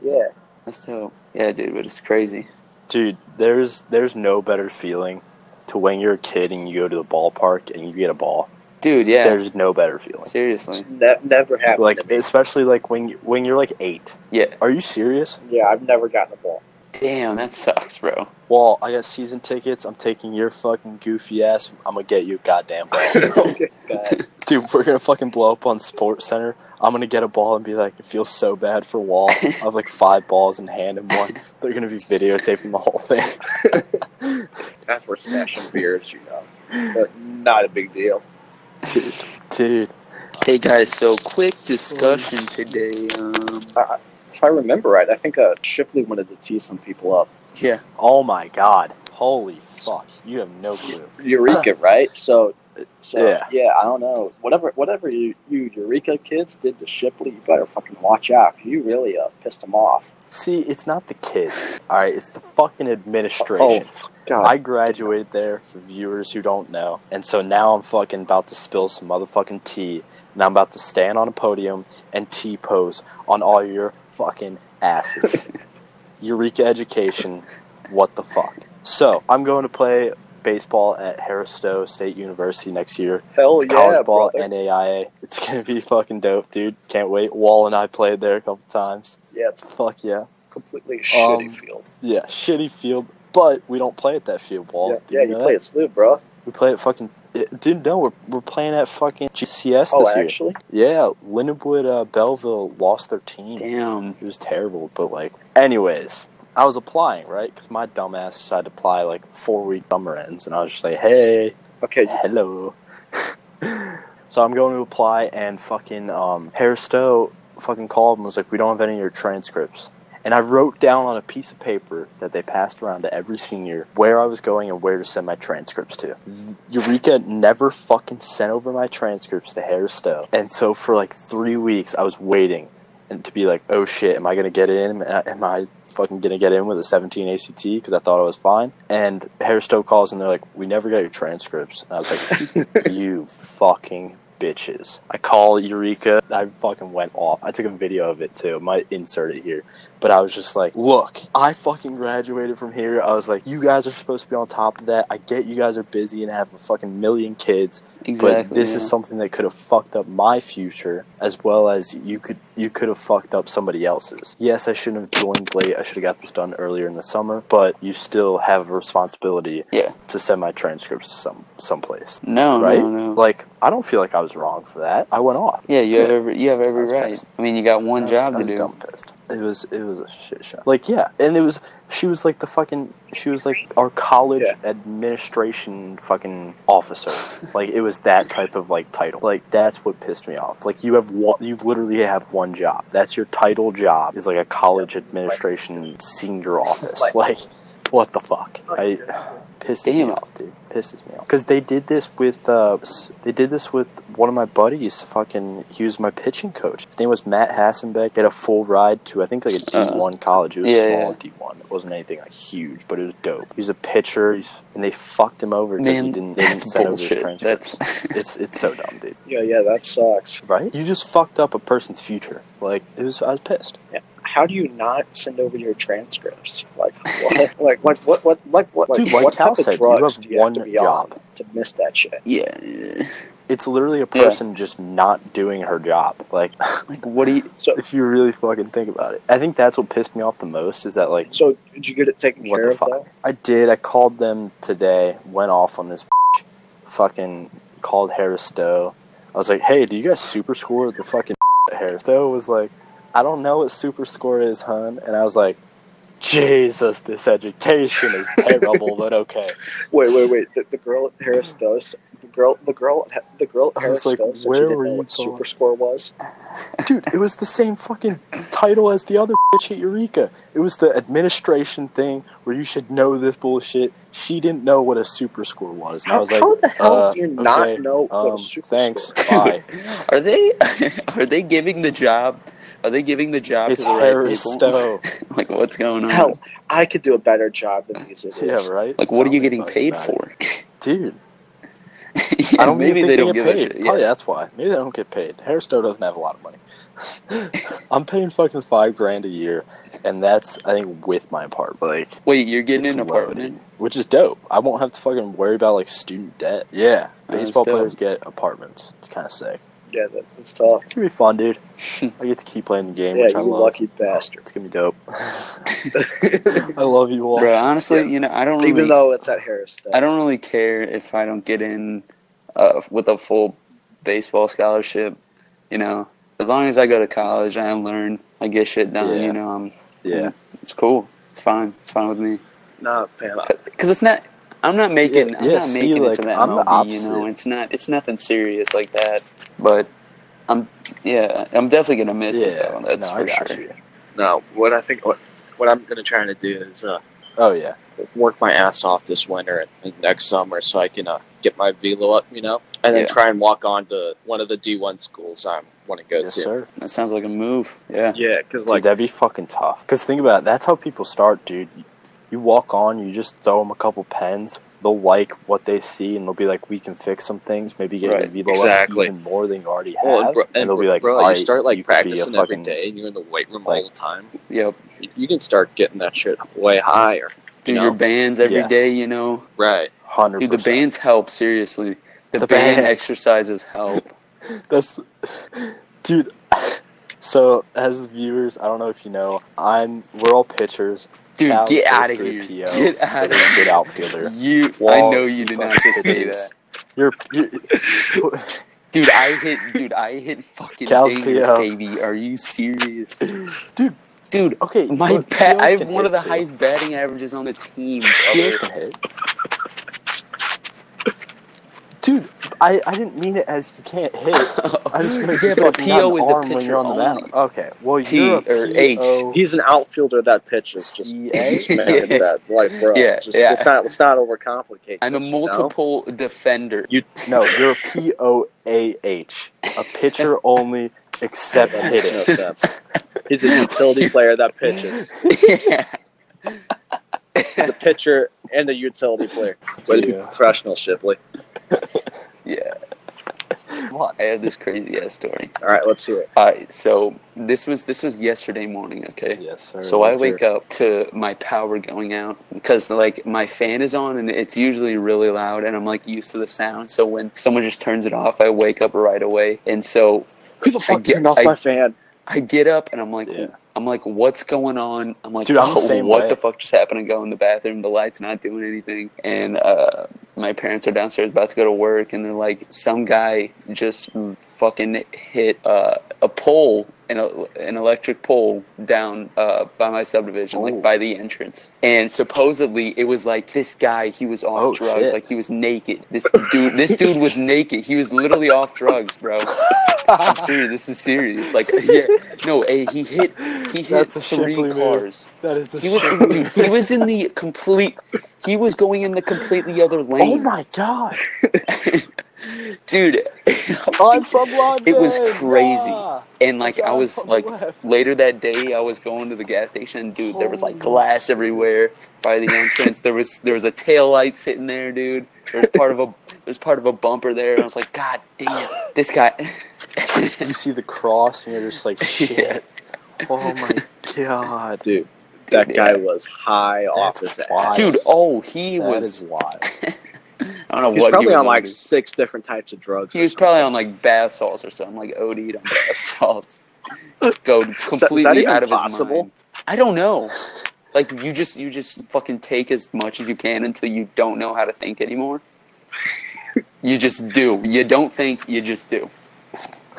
Speaker 4: Yeah,
Speaker 2: That's dope. Yeah, dude, but it's crazy.
Speaker 1: dude. There's there's no better feeling to when you're a kid and you go to the ballpark and you get a ball.
Speaker 2: Dude, yeah.
Speaker 1: There's no better feeling.
Speaker 2: Seriously.
Speaker 4: ne- never happened.
Speaker 1: Like
Speaker 4: to me.
Speaker 1: especially like when you- when you're like eight.
Speaker 2: Yeah.
Speaker 1: Are you serious?
Speaker 4: yeah, I've never gotten a ball.
Speaker 2: Damn, that sucks, bro.
Speaker 1: Wall, I got season tickets. I'm taking your fucking goofy ass. I'm gonna get you a goddamn ball.
Speaker 4: okay, God.
Speaker 1: dude, we're gonna fucking blow up on Sports Center. I'm gonna get a ball and be like, it feels so bad for Wall. I have like five balls in hand and one. They're gonna be videotaping the whole thing.
Speaker 4: that's where smashing beers, you know, but not a big deal.
Speaker 1: Dude,
Speaker 2: Hey guys, so quick discussion today. Um,
Speaker 4: Uh, if I remember right, I think uh, Shipley wanted to tee some people up.
Speaker 2: yeah,
Speaker 1: oh my god. Holy fuck. You have no clue.
Speaker 4: Eureka, right? So, so yeah.
Speaker 1: Yeah.
Speaker 4: I don't know. Whatever, whatever you, you Eureka kids did to Shipley, you better fucking watch out. You really uh, pissed him off.
Speaker 1: See, it's not the kids. Alright, it's the fucking administration.
Speaker 4: Oh God,
Speaker 1: I graduated there for viewers who don't know. And so now I'm fucking about to spill some motherfucking tea. And I'm about to stand on a podium and T pose on all your fucking asses. Eureka Education, what the fuck? So I'm going to play baseball at Harris Stowe State University next year.
Speaker 4: hell
Speaker 1: It's
Speaker 4: yeah,
Speaker 1: college ball,
Speaker 4: brother.
Speaker 1: NAIA. It's gonna be fucking dope, dude. Can't wait. Wall and I played there a couple times.
Speaker 4: yeah, it's
Speaker 1: Fuck yeah.
Speaker 4: complete, absolutely shitty
Speaker 1: Um,
Speaker 4: field.
Speaker 1: Yeah, shitty field, but we don't play at that field, Wall.
Speaker 4: Yeah,
Speaker 1: Did
Speaker 4: yeah
Speaker 1: know
Speaker 4: you
Speaker 1: that?
Speaker 4: play at SLU, bro.
Speaker 1: We play at fucking. it- Dude, no, we're, we're playing at fucking GCS
Speaker 4: Oh,
Speaker 1: this year.
Speaker 4: actually,
Speaker 1: Yeah, Lindenwood uh, Belleville lost their team.
Speaker 2: Damn.
Speaker 1: It was terrible, but like, anyways, I was applying right because my dumbass decided to apply like four week summer ends, and I was just like, hey,
Speaker 4: okay. you-
Speaker 1: hello. so I'm going to apply, and fucking um, Harris Stowe fucking called and was like, we don't have any of your transcripts. And I wrote down on a piece of paper that they passed around to every senior where I was going and where to send my transcripts to. Eureka never fucking sent over my transcripts to Harris Stowe. And so for like three weeks, I was waiting and to be like, oh shit, am I gonna get in? Am I- am I fucking gonna get in with a 17 ACT? Because I thought I was fine. And Harris Stowe calls and they're like, we never got your transcripts. And I was like, you fucking bitches. I call Eureka. I fucking went off. I took a video of it too. Might insert it here. But I was just like, look, I fucking graduated from here. I was like, you guys are supposed to be on top of that. I get you guys are busy and have a fucking million kids
Speaker 2: Exactly.
Speaker 1: but this
Speaker 2: yeah.
Speaker 1: is something that could have fucked up my future as well as you could you could have fucked up somebody else's. Yes, I shouldn't have joined late. I should have got this done earlier in the summer, but you still have a responsibility
Speaker 2: Yeah. Oh,
Speaker 1: to send my transcripts to some someplace.
Speaker 2: No,
Speaker 1: right?
Speaker 2: no, no.
Speaker 1: Like I don't feel like I was wrong for that. I went off.
Speaker 2: yeah, you
Speaker 1: Yeah.
Speaker 2: have every you have
Speaker 1: I
Speaker 2: every
Speaker 1: was
Speaker 2: right.
Speaker 1: pissed.
Speaker 2: I mean, you got
Speaker 1: I
Speaker 2: one
Speaker 1: was
Speaker 2: job to
Speaker 1: kinda
Speaker 2: do.
Speaker 1: dumb pissed. It was it was a shit show. Like yeah, and it was she was like the fucking she was like our college
Speaker 4: Yeah.
Speaker 1: administration fucking officer. like it was that type of like title. Like that's what pissed me off. Like you have one, you literally have one job. That's your title job is like a college administration senior office.
Speaker 4: Right.
Speaker 1: Like what the fuck? I pisses
Speaker 2: Damn.
Speaker 1: me off, dude. Pisses me off. Because they did this with uh, s- they did this with one of my buddies. Fucking, he was my pitching coach. His name was Matt Hassenbeck. He had a full ride to I think like a D
Speaker 2: Uh,
Speaker 1: one college. It was
Speaker 2: yeah,
Speaker 1: small
Speaker 2: yeah.
Speaker 1: D one. It wasn't anything like huge, but it was dope. He was a pitcher, he's, and they fucked him over because he
Speaker 2: Man,
Speaker 1: didn't, they didn't
Speaker 2: that's
Speaker 1: send over his
Speaker 2: bullshit.
Speaker 1: transcripts.
Speaker 2: That's
Speaker 1: It's it's so dumb, dude.
Speaker 4: Yeah, yeah, that sucks.
Speaker 1: Right? You just fucked up a person's future. Like it was, I was pissed.
Speaker 4: How do you not send over your transcripts? Like, what? like, what, what, what, like, what, like,
Speaker 1: Dude, like
Speaker 4: what
Speaker 1: Cal
Speaker 4: type
Speaker 1: said,
Speaker 4: of
Speaker 1: you have
Speaker 4: drugs do you have to
Speaker 1: one
Speaker 4: be on
Speaker 1: job.
Speaker 4: to miss that shit?
Speaker 2: yeah.
Speaker 1: It's literally a
Speaker 2: Yeah.
Speaker 1: person just not doing her job. Like
Speaker 2: Like, what do you?
Speaker 4: So,
Speaker 1: if you really fucking think about it. I think that's what pissed me off the most is that like
Speaker 4: so did you get it taken
Speaker 1: what
Speaker 4: care
Speaker 1: the
Speaker 4: of?
Speaker 1: fuck?
Speaker 4: Though?
Speaker 1: I did. I called them today. Went off on this. bitch, fucking called Harris Stowe. I was like, hey, do you guys super score the fucking? Harris Stowe was like, I don't know what super score is, hun. And I was like, Jesus, this education is terrible, but okay.
Speaker 4: Wait, wait, wait. The, the girl at Harris Dose, the girl, the girl, at- the girl at
Speaker 1: I was
Speaker 4: Harris
Speaker 1: like,
Speaker 4: Dose, said
Speaker 1: where
Speaker 4: she didn't
Speaker 1: were
Speaker 4: know
Speaker 1: you
Speaker 4: what
Speaker 1: going?
Speaker 4: Super Score was.
Speaker 1: Dude, it was the same fucking title as the other bitch at Eureka. It was the administration thing where you should know this bullshit. She didn't know what a super score was. And I
Speaker 4: How,
Speaker 1: was like,
Speaker 4: how the hell
Speaker 1: uh,
Speaker 4: do you not
Speaker 1: okay,
Speaker 4: know what
Speaker 1: um,
Speaker 4: a Super
Speaker 1: thanks,
Speaker 4: Score?
Speaker 1: bye.
Speaker 2: Are they are they giving the job? Are they giving the job
Speaker 1: it's
Speaker 2: to the right
Speaker 1: Harris
Speaker 2: people?
Speaker 1: Stowe.
Speaker 2: like, what's going on?
Speaker 4: Hell, I could do a better job than these idiots.
Speaker 1: Yeah, right?
Speaker 2: Like, what
Speaker 1: Tell
Speaker 2: are
Speaker 1: me
Speaker 2: you getting
Speaker 1: fucking
Speaker 2: paid
Speaker 1: about it.
Speaker 2: for?
Speaker 1: Dude,
Speaker 2: Yeah,
Speaker 1: I don't
Speaker 2: maybe
Speaker 1: even
Speaker 2: they
Speaker 1: think they,
Speaker 2: don't give
Speaker 1: get
Speaker 2: a
Speaker 1: paid.
Speaker 2: shit.
Speaker 1: Probably
Speaker 2: Yeah.
Speaker 1: that's why. Maybe they don't get paid. Harris Stowe doesn't have a lot of money. I'm paying fucking five grand a year, and that's, I think, with my apartment. Like,
Speaker 2: Wait, you're getting
Speaker 1: It's
Speaker 2: an apartment?
Speaker 1: which is dope. I won't have to fucking worry about like student debt. Yeah,
Speaker 2: That is
Speaker 1: baseball
Speaker 2: dope.
Speaker 1: players get apartments. It's kind of sick.
Speaker 4: Yeah, that, that's tough.
Speaker 1: It's gonna be fun, dude. I get to keep playing the game,
Speaker 4: Yeah,
Speaker 1: which I
Speaker 4: you
Speaker 1: love.
Speaker 4: lucky bastard.
Speaker 1: It's gonna be dope. I love you all.
Speaker 2: Bro, honestly,
Speaker 4: Yeah.
Speaker 2: you know, I don't really,
Speaker 4: Even though it's at Harris Dose.
Speaker 2: I don't really care if I don't get in uh, with a full baseball scholarship. You know, as long as I go to college, I learn, I get shit done.
Speaker 1: Yeah.
Speaker 2: You know, I'm,
Speaker 1: Yeah,
Speaker 2: it's cool. It's fine. It's fine with me.
Speaker 4: Nah, man. I-
Speaker 2: Because it's not. I'm not making.
Speaker 1: Yeah,
Speaker 2: I'm
Speaker 1: Uh, yeah,
Speaker 2: not
Speaker 1: see,
Speaker 2: making
Speaker 1: like,
Speaker 2: it to that
Speaker 1: I'm the
Speaker 2: MLB. You know,
Speaker 1: opposite.
Speaker 2: it's not. It's nothing serious like that. But I'm. Yeah, I'm definitely gonna miss it
Speaker 1: yeah.
Speaker 2: though. That's
Speaker 1: no, I
Speaker 2: for
Speaker 1: got
Speaker 2: sure.
Speaker 1: you.
Speaker 4: No, what I think, what, what I'm gonna try to do is uh,
Speaker 1: Oh yeah,
Speaker 4: work my ass off this winter and, and next summer so I can uh, get my velo up, you know, and then
Speaker 2: Yeah.
Speaker 4: try and walk on to one of the D1 schools I want to go
Speaker 1: yes
Speaker 4: to.
Speaker 1: sir.
Speaker 2: That sounds like a move. Yeah.
Speaker 4: Yeah, because
Speaker 1: Dude,
Speaker 4: like,
Speaker 1: that'd be fucking tough. Cause think about it. That's how people start, dude. You walk on, you just throw them a couple pens. They'll like what they see, and they'll be like, "We can fix some things. Maybe get your
Speaker 2: Right,
Speaker 1: velo
Speaker 4: exactly.
Speaker 1: up even more than you already have."
Speaker 4: well, and, bro,
Speaker 1: and
Speaker 4: and
Speaker 1: they'll be like,
Speaker 4: bro,
Speaker 1: "All
Speaker 4: you
Speaker 1: right,
Speaker 4: start like
Speaker 1: you could be a
Speaker 4: practicing every
Speaker 1: fucking-
Speaker 4: day, and you're in the weight room
Speaker 1: like-
Speaker 4: all the time.
Speaker 2: Yep.
Speaker 4: You, you can start getting that shit way higher,
Speaker 2: Do
Speaker 4: No.
Speaker 2: your bands every day.
Speaker 1: Yes.
Speaker 2: You know,
Speaker 4: right?
Speaker 1: Hundred
Speaker 2: dude. The
Speaker 1: percent.
Speaker 2: bands help seriously. The,
Speaker 1: The
Speaker 2: band
Speaker 1: bands.
Speaker 2: exercises help.
Speaker 1: That's, dude. So, as the viewers, I don't know if you know, I'm we're all pitchers.
Speaker 2: Dude,
Speaker 1: Cal's
Speaker 2: get out of
Speaker 1: basically
Speaker 2: here.
Speaker 1: a PO.
Speaker 2: Get out of
Speaker 1: You're a
Speaker 2: here.
Speaker 1: good outfielder.
Speaker 2: You, I
Speaker 1: Wall,
Speaker 2: know you
Speaker 1: he
Speaker 2: did not
Speaker 1: fucking
Speaker 2: just say
Speaker 1: pitches.
Speaker 2: that.
Speaker 1: You're, you're
Speaker 2: Dude, I hit. Dude, I hit fucking
Speaker 1: Cal's
Speaker 2: dingers,
Speaker 1: PO.
Speaker 2: baby. Are you serious,
Speaker 1: Dude.
Speaker 2: Dude,
Speaker 1: okay.
Speaker 2: my
Speaker 1: look,
Speaker 2: bat.
Speaker 1: POs
Speaker 2: I have
Speaker 1: can
Speaker 2: one of
Speaker 1: hit,
Speaker 2: the
Speaker 1: too.
Speaker 2: highest batting averages on the team.
Speaker 1: POs
Speaker 2: brother.
Speaker 1: can hit. Dude, I, I didn't mean it as you can't hit. I just meant
Speaker 2: yeah,
Speaker 1: you
Speaker 2: but a
Speaker 1: fucking got
Speaker 2: PO
Speaker 1: an
Speaker 2: is a
Speaker 1: arm when
Speaker 2: pitcher
Speaker 1: you're on the
Speaker 2: only.
Speaker 1: mound. Okay, well
Speaker 2: T
Speaker 1: you're a
Speaker 2: or H.
Speaker 1: PO.
Speaker 4: He's an outfielder that pitches. Just
Speaker 1: CA?
Speaker 4: man,
Speaker 2: Yeah.
Speaker 4: that like bro.
Speaker 2: Yeah,
Speaker 4: just,
Speaker 2: yeah.
Speaker 4: It's not. Let's not overcomplicate.
Speaker 2: I'm a
Speaker 4: this, you know?
Speaker 2: multiple defender.
Speaker 1: No, you're a P O A H, a pitcher only, except
Speaker 4: That makes no
Speaker 1: hitting.
Speaker 4: sense. He's a utility player that pitches.
Speaker 2: yeah.
Speaker 4: He's a pitcher and a utility player. Way to be
Speaker 1: Yeah.
Speaker 4: professional, Shipley.
Speaker 2: Yeah.
Speaker 1: Come on.
Speaker 2: I have this crazy ass story.
Speaker 4: All right, let's hear it.
Speaker 2: All right, so this was this was yesterday morning. Okay.
Speaker 1: Yes, sir.
Speaker 2: So I wake up to my power going out because like my fan is on and it's usually really loud and I'm like used to the sound. So when someone just turns it off, I wake up right away. And so
Speaker 4: Who the fuck
Speaker 2: get-
Speaker 4: turned off
Speaker 2: I-
Speaker 4: my fan?
Speaker 2: I get up and I'm like,
Speaker 1: Yeah.
Speaker 2: I'm like, what's going on? I'm like,
Speaker 1: Dude, I'm the
Speaker 2: "Oh,
Speaker 1: same
Speaker 2: what
Speaker 1: way."
Speaker 2: the fuck just happened? I go in the bathroom, the light's not doing anything, and uh, my parents are downstairs about to go to work, and they're like, some guy just fucking hit uh, a pole, an, an electric pole down uh, by my subdivision,
Speaker 1: Oh.
Speaker 2: like by the entrance, and supposedly it was like this guy, he was off
Speaker 1: Oh,
Speaker 2: drugs,
Speaker 1: shit.
Speaker 2: like he was naked. This dude, this dude was naked. He was literally off drugs, bro. I'm serious. This is serious. Like, yeah, no, hey, he hit, he hit
Speaker 1: That's a
Speaker 2: three
Speaker 1: Shipley move.
Speaker 2: cars.
Speaker 1: That is a
Speaker 2: He was, dude, he was in the complete. He was going in the completely other
Speaker 1: Oh
Speaker 2: lane,
Speaker 1: my god!
Speaker 2: dude.
Speaker 1: I'm from London.
Speaker 2: It was crazy.
Speaker 1: yeah.
Speaker 2: and like, I
Speaker 1: I'm
Speaker 2: was
Speaker 1: from
Speaker 2: like,
Speaker 1: the West.
Speaker 2: later that day, I was going to the gas station, and dude, there was like
Speaker 1: Holy
Speaker 2: glass everywhere by the entrance. There was there was a tail light sitting there, dude. There was part of a there's part of a bumper there, and I was like, God damn, this guy.
Speaker 1: You see the cross, and you're just like, shit. Oh my god,
Speaker 4: Dude, that
Speaker 2: Ah, Dude,
Speaker 4: guy
Speaker 2: yeah.
Speaker 4: was high off his ass.
Speaker 1: wild.
Speaker 2: Dude, oh, he
Speaker 1: that
Speaker 2: was.
Speaker 1: is wild.
Speaker 2: I don't know
Speaker 4: He's
Speaker 2: what
Speaker 4: probably
Speaker 2: he was
Speaker 4: on like
Speaker 2: dude.
Speaker 4: six different types of drugs.
Speaker 2: He was probably on like bath salts or something, like OD'd on bath salts. Go completely
Speaker 4: even
Speaker 2: out of
Speaker 4: possible?
Speaker 2: his mind. I don't know. Like you just you just fucking take as much as you can until you don't know how to think anymore. you just do. You don't think. You just do.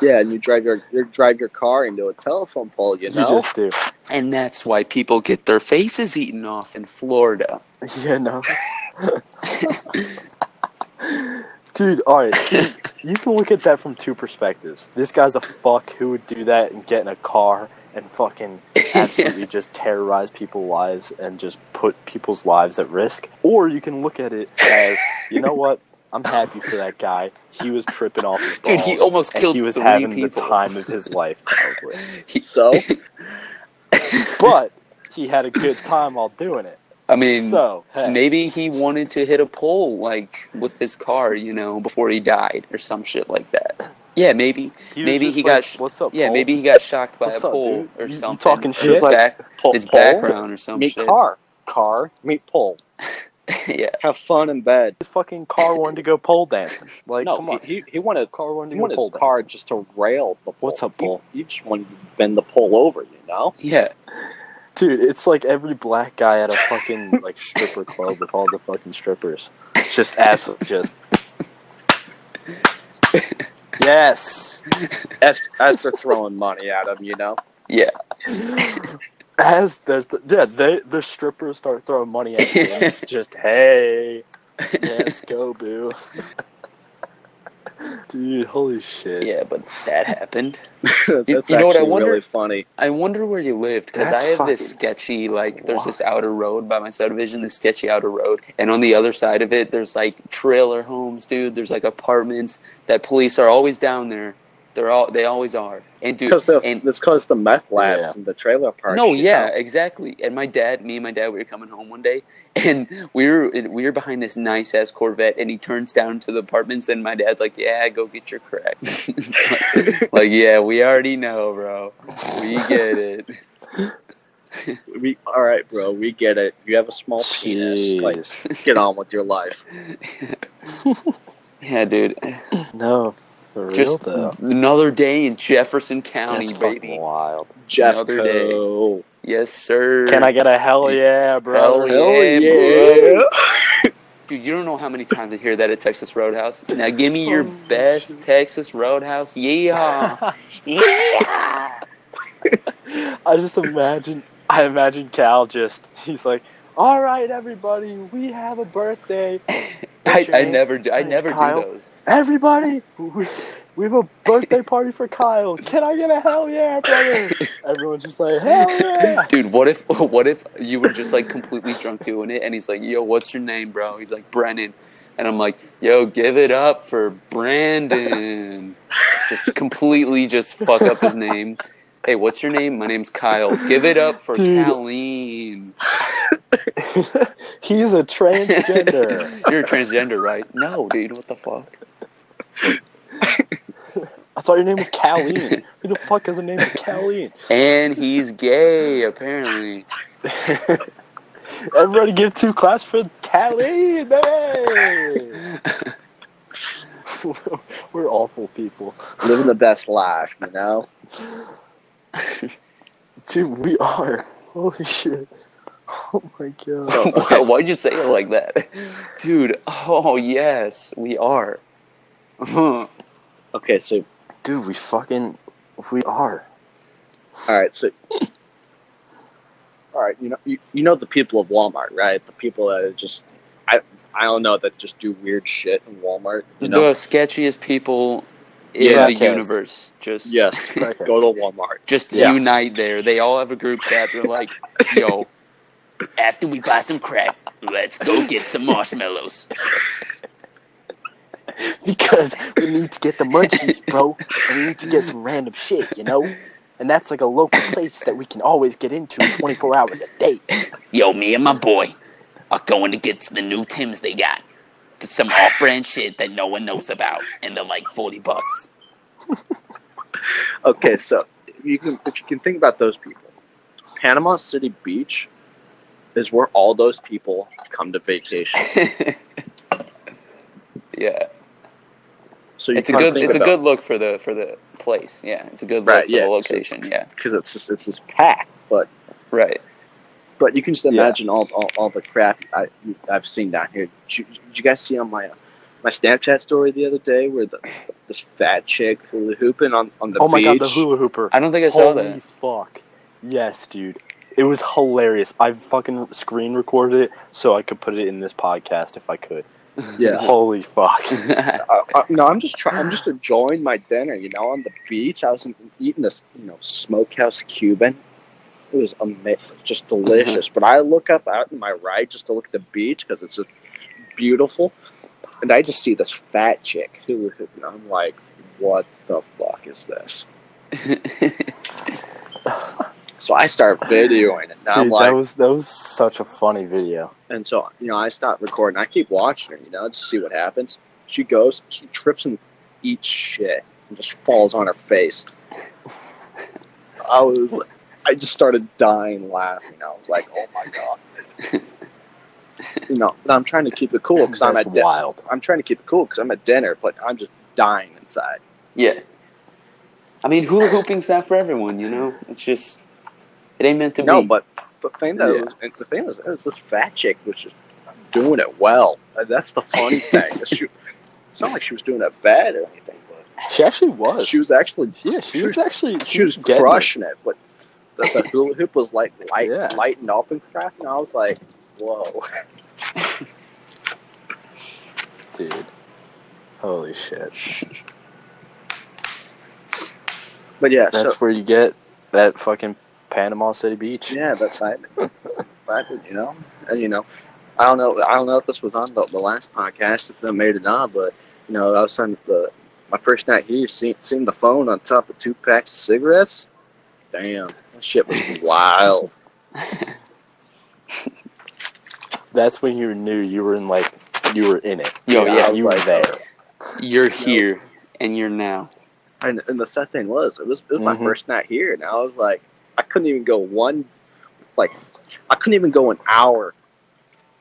Speaker 4: Yeah, and you drive your you drive your car into a telephone pole. You
Speaker 1: You
Speaker 4: know,
Speaker 1: just do.
Speaker 2: And that's why people get their faces eaten off in Florida.
Speaker 1: Yeah, no. Dude, alright. see, You can look at that from two perspectives. This guy's a fuck who would do that and get in a car and fucking absolutely just terrorize people's lives and just put people's lives at risk. Or you can look at it as, you know what? I'm happy for that guy. He was tripping off his
Speaker 2: Dude, he
Speaker 1: balls,
Speaker 2: almost
Speaker 1: and
Speaker 2: killed
Speaker 1: he was
Speaker 2: three
Speaker 1: having
Speaker 2: people.
Speaker 1: the time of his life, probably.
Speaker 4: so
Speaker 1: But he had a good time while doing it.
Speaker 2: I mean,
Speaker 1: so, hey.
Speaker 2: maybe he wanted to hit a pole like with his car, you know, before he died or some shit like that. Yeah, maybe.
Speaker 1: He was
Speaker 2: maybe
Speaker 1: just
Speaker 2: he
Speaker 1: like,
Speaker 2: got sh-
Speaker 1: What's up?
Speaker 2: Yeah,
Speaker 1: Paul?"
Speaker 2: maybe he got shocked by
Speaker 1: What's
Speaker 2: a
Speaker 1: up,
Speaker 2: pole
Speaker 1: dude?
Speaker 2: or
Speaker 1: You- you
Speaker 2: something.
Speaker 1: talking
Speaker 2: Or
Speaker 1: shit?
Speaker 2: His,
Speaker 4: Like,
Speaker 2: back,
Speaker 4: pole,
Speaker 2: his background or some
Speaker 4: meet
Speaker 2: shit.
Speaker 4: car, car meet pole.
Speaker 2: yeah.
Speaker 4: Have fun in bed.
Speaker 1: his fucking car wanted to go pole dancing. Like,
Speaker 4: no,
Speaker 1: come on.
Speaker 4: he he wanted
Speaker 1: car wanted
Speaker 4: he
Speaker 1: to go
Speaker 4: wanted
Speaker 1: pole
Speaker 4: his car
Speaker 1: dancing.
Speaker 4: just to rail the pole.
Speaker 1: What's a
Speaker 4: He-
Speaker 1: pole?
Speaker 4: He, just wanted to bend the pole over. You know,
Speaker 2: Yeah.
Speaker 1: Dude, it's like every black guy at a fucking like stripper club with all the fucking strippers. Just absolutely just Yes.
Speaker 4: as as they're throwing money at him. You know,
Speaker 2: Yeah.
Speaker 1: As there's the, yeah, they the strippers start throwing money at you. and it's just hey, let's go, boo. Dude, holy shit.
Speaker 2: Yeah, but that happened.
Speaker 4: that's
Speaker 2: you know what I
Speaker 4: actually
Speaker 2: wonder?
Speaker 4: really funny.
Speaker 2: I wonder where you lived because
Speaker 1: That's
Speaker 2: I have this
Speaker 1: fucking-
Speaker 2: sketchy like. There's this
Speaker 1: Why?
Speaker 2: outer road by my subdivision, this sketchy outer road, and on the other side of it, there's like trailer homes, dude. There's like apartments that police are always down there. They're all they always are, and dude,
Speaker 4: Because the
Speaker 2: and
Speaker 4: it's because the meth labs
Speaker 1: Yeah.
Speaker 4: and the trailer parks.
Speaker 2: No,
Speaker 4: you
Speaker 2: yeah,
Speaker 4: know?
Speaker 2: exactly. And my dad, me and my dad, we were coming home one day, and we were and we were behind this nice ass Corvette, and he turns down to the apartments, and my dad's like, "Yeah, go get your crack." like, yeah, we already know, bro. We get it.
Speaker 4: We all right, bro. We get it. You have a small penis. Like,
Speaker 1: Jeez.
Speaker 4: get on with your life.
Speaker 2: Yeah, dude.
Speaker 1: No. For real
Speaker 2: Just
Speaker 1: though.
Speaker 2: another day in Jefferson County,
Speaker 1: That's fucking
Speaker 2: baby.
Speaker 1: wild.
Speaker 2: Another
Speaker 4: Jeffco.
Speaker 2: Yes, sir.
Speaker 1: Can I get a hell yeah, bro?
Speaker 2: Hell
Speaker 4: Hell
Speaker 2: Yeah,
Speaker 4: yeah.
Speaker 2: Dude, you don't know how many times I hear that at Texas Roadhouse. Now, give me your best Texas Roadhouse. Yeah. yeah.
Speaker 1: I just imagine. I imagine Cal just. He's like, "All right, everybody, we have a birthday.
Speaker 2: I, I never do. I
Speaker 1: Thanks,
Speaker 2: never
Speaker 1: Kyle.
Speaker 2: do those.
Speaker 1: Everybody, we, we have a birthday party for Kyle. Can I get a hell yeah, brother?" Everyone's just like, "Hell yeah!"
Speaker 2: Dude, what if what if you were just like completely drunk doing it and he's like, "Yo, what's your name, bro?" He's like, "Brennan." And I'm like, "Yo, give it up for Brandon." just completely just fuck up his name. Hey, what's your name? My name's Kyle. Give it up for
Speaker 1: Dude.
Speaker 2: Colleen.
Speaker 1: he's a transgender.
Speaker 2: You're a transgender, right? No, dude. What the fuck?
Speaker 1: I thought your name was Colleen. Who the fuck has a name of Colleen?
Speaker 2: And he's gay, apparently.
Speaker 1: Everybody give two claps for Colleen. Hey! We're awful people.
Speaker 4: Living the best life, you know?
Speaker 1: Dude, we are. Holy shit. Oh my god.
Speaker 2: Why- Why'd you say it like that? Dude, oh, yes, we are. Huh.
Speaker 4: Okay, so
Speaker 1: Dude, we fucking. We are.
Speaker 4: All right, so all right, you know, you, you know the people of Walmart, right? The people that are just, I, I don't know, that just do weird shit in Walmart. You know,
Speaker 2: The sketchiest people in
Speaker 1: Yeah,
Speaker 2: the
Speaker 1: crackheads.
Speaker 2: universe. Just,
Speaker 4: yes,
Speaker 1: Crackheads.
Speaker 4: go to Walmart.
Speaker 2: just
Speaker 1: Yes.
Speaker 2: unite there. They all have a group chat. They're like, yo, after we buy some crack, let's go get some marshmallows.
Speaker 1: Because we need to get the munchies, bro. And we need to get some random shit, you know? And that's like a local place that we can always get into 24 hours a day.
Speaker 5: Yo, me and my boy are going to get the new Tim's they got. Some off brand shit that no one knows about. And they're like 40 bucks.
Speaker 4: Okay, so you can, if you can think about those people, Panama City Beach is where all those people come to vacation.
Speaker 2: yeah.
Speaker 4: So you
Speaker 2: It's a
Speaker 4: kinda
Speaker 2: good
Speaker 4: think
Speaker 2: it's a
Speaker 4: about-
Speaker 2: good look for the for the place. Yeah. It's a good look
Speaker 4: Right,
Speaker 2: for
Speaker 4: yeah.
Speaker 2: the location. Yeah.
Speaker 4: because it's just, it's just packed, but
Speaker 2: Right.
Speaker 4: But you can just
Speaker 1: Yeah.
Speaker 4: imagine all, all, all the crap I, I've seen down here. Did you, did you guys see on my uh, my Snapchat story the other day where the, this fat chick hula hooping on, on the
Speaker 1: oh my
Speaker 4: beach?
Speaker 1: god, the hula hooper.
Speaker 2: I don't think I saw
Speaker 1: Holy
Speaker 2: that.
Speaker 1: fuck. Yes, dude. It was hilarious. I fucking screen recorded it so I could put it in this podcast if I could.
Speaker 4: Yeah.
Speaker 1: Holy fuck.
Speaker 4: I, I, no, I'm just trying. I'm just enjoying my dinner. You know, on the beach, I was eating this you know smokehouse Cuban. It was ama- just
Speaker 2: Mm-hmm.
Speaker 4: delicious. But I look up out in my right just to look at the beach because it's just beautiful, and I just see this fat chick hula hooping. I'm like, what the fuck is this? So I start videoing it. And I'm
Speaker 1: Dude,
Speaker 4: like,
Speaker 1: that was that was such a funny video.
Speaker 4: and so you know, I stop recording. I keep watching her, you know, just see what happens. She goes, she trips and eats shit, and just falls on her face. I was, I just started dying laughing. I was like, oh my god. You know, but I'm trying to keep it cool because I'm
Speaker 1: That's
Speaker 4: at di-
Speaker 1: wild.
Speaker 4: I'm trying to keep it cool because I'm at dinner, but I'm just dying inside.
Speaker 2: yeah. I mean, hula hooping's not for everyone, you know. It's just it ain't meant to
Speaker 4: No,
Speaker 2: be.
Speaker 4: but the thing that
Speaker 2: Yeah.
Speaker 4: was, and the thing was, it was this fat chick was just doing it well. Uh, That's the funny thing. She, it's not like she was doing it bad or anything, but
Speaker 1: She actually was.
Speaker 4: she was actually
Speaker 1: yeah, she, was, actually she,
Speaker 4: she was
Speaker 1: getting it.
Speaker 4: crushing it. But the, the hula hoop was like light,
Speaker 1: Yeah.
Speaker 4: lighting up and crap, and I was like, whoa.
Speaker 1: dude. Holy shit.
Speaker 4: But yeah,
Speaker 1: That's
Speaker 4: so,
Speaker 1: where you get that fucking Panama City Beach.
Speaker 4: yeah, that's I, I did, you know, and you know, I don't know, I don't know if this was on the, the last podcast if they made it on, but you know, I was on the my first night here, seen seen the phone on top of two packs of cigarettes. Damn, that shit was wild.
Speaker 1: That's when you knew you were in like you were in it.
Speaker 2: Yo,
Speaker 1: You know,
Speaker 2: yeah, I
Speaker 1: you
Speaker 4: was
Speaker 1: were
Speaker 4: like-
Speaker 1: there.
Speaker 2: you're here and you're now.
Speaker 4: And, and the sad thing was, it was, it was my
Speaker 1: Mhm.
Speaker 4: first night here, and I was like, I couldn't even go one, like, I couldn't even go an hour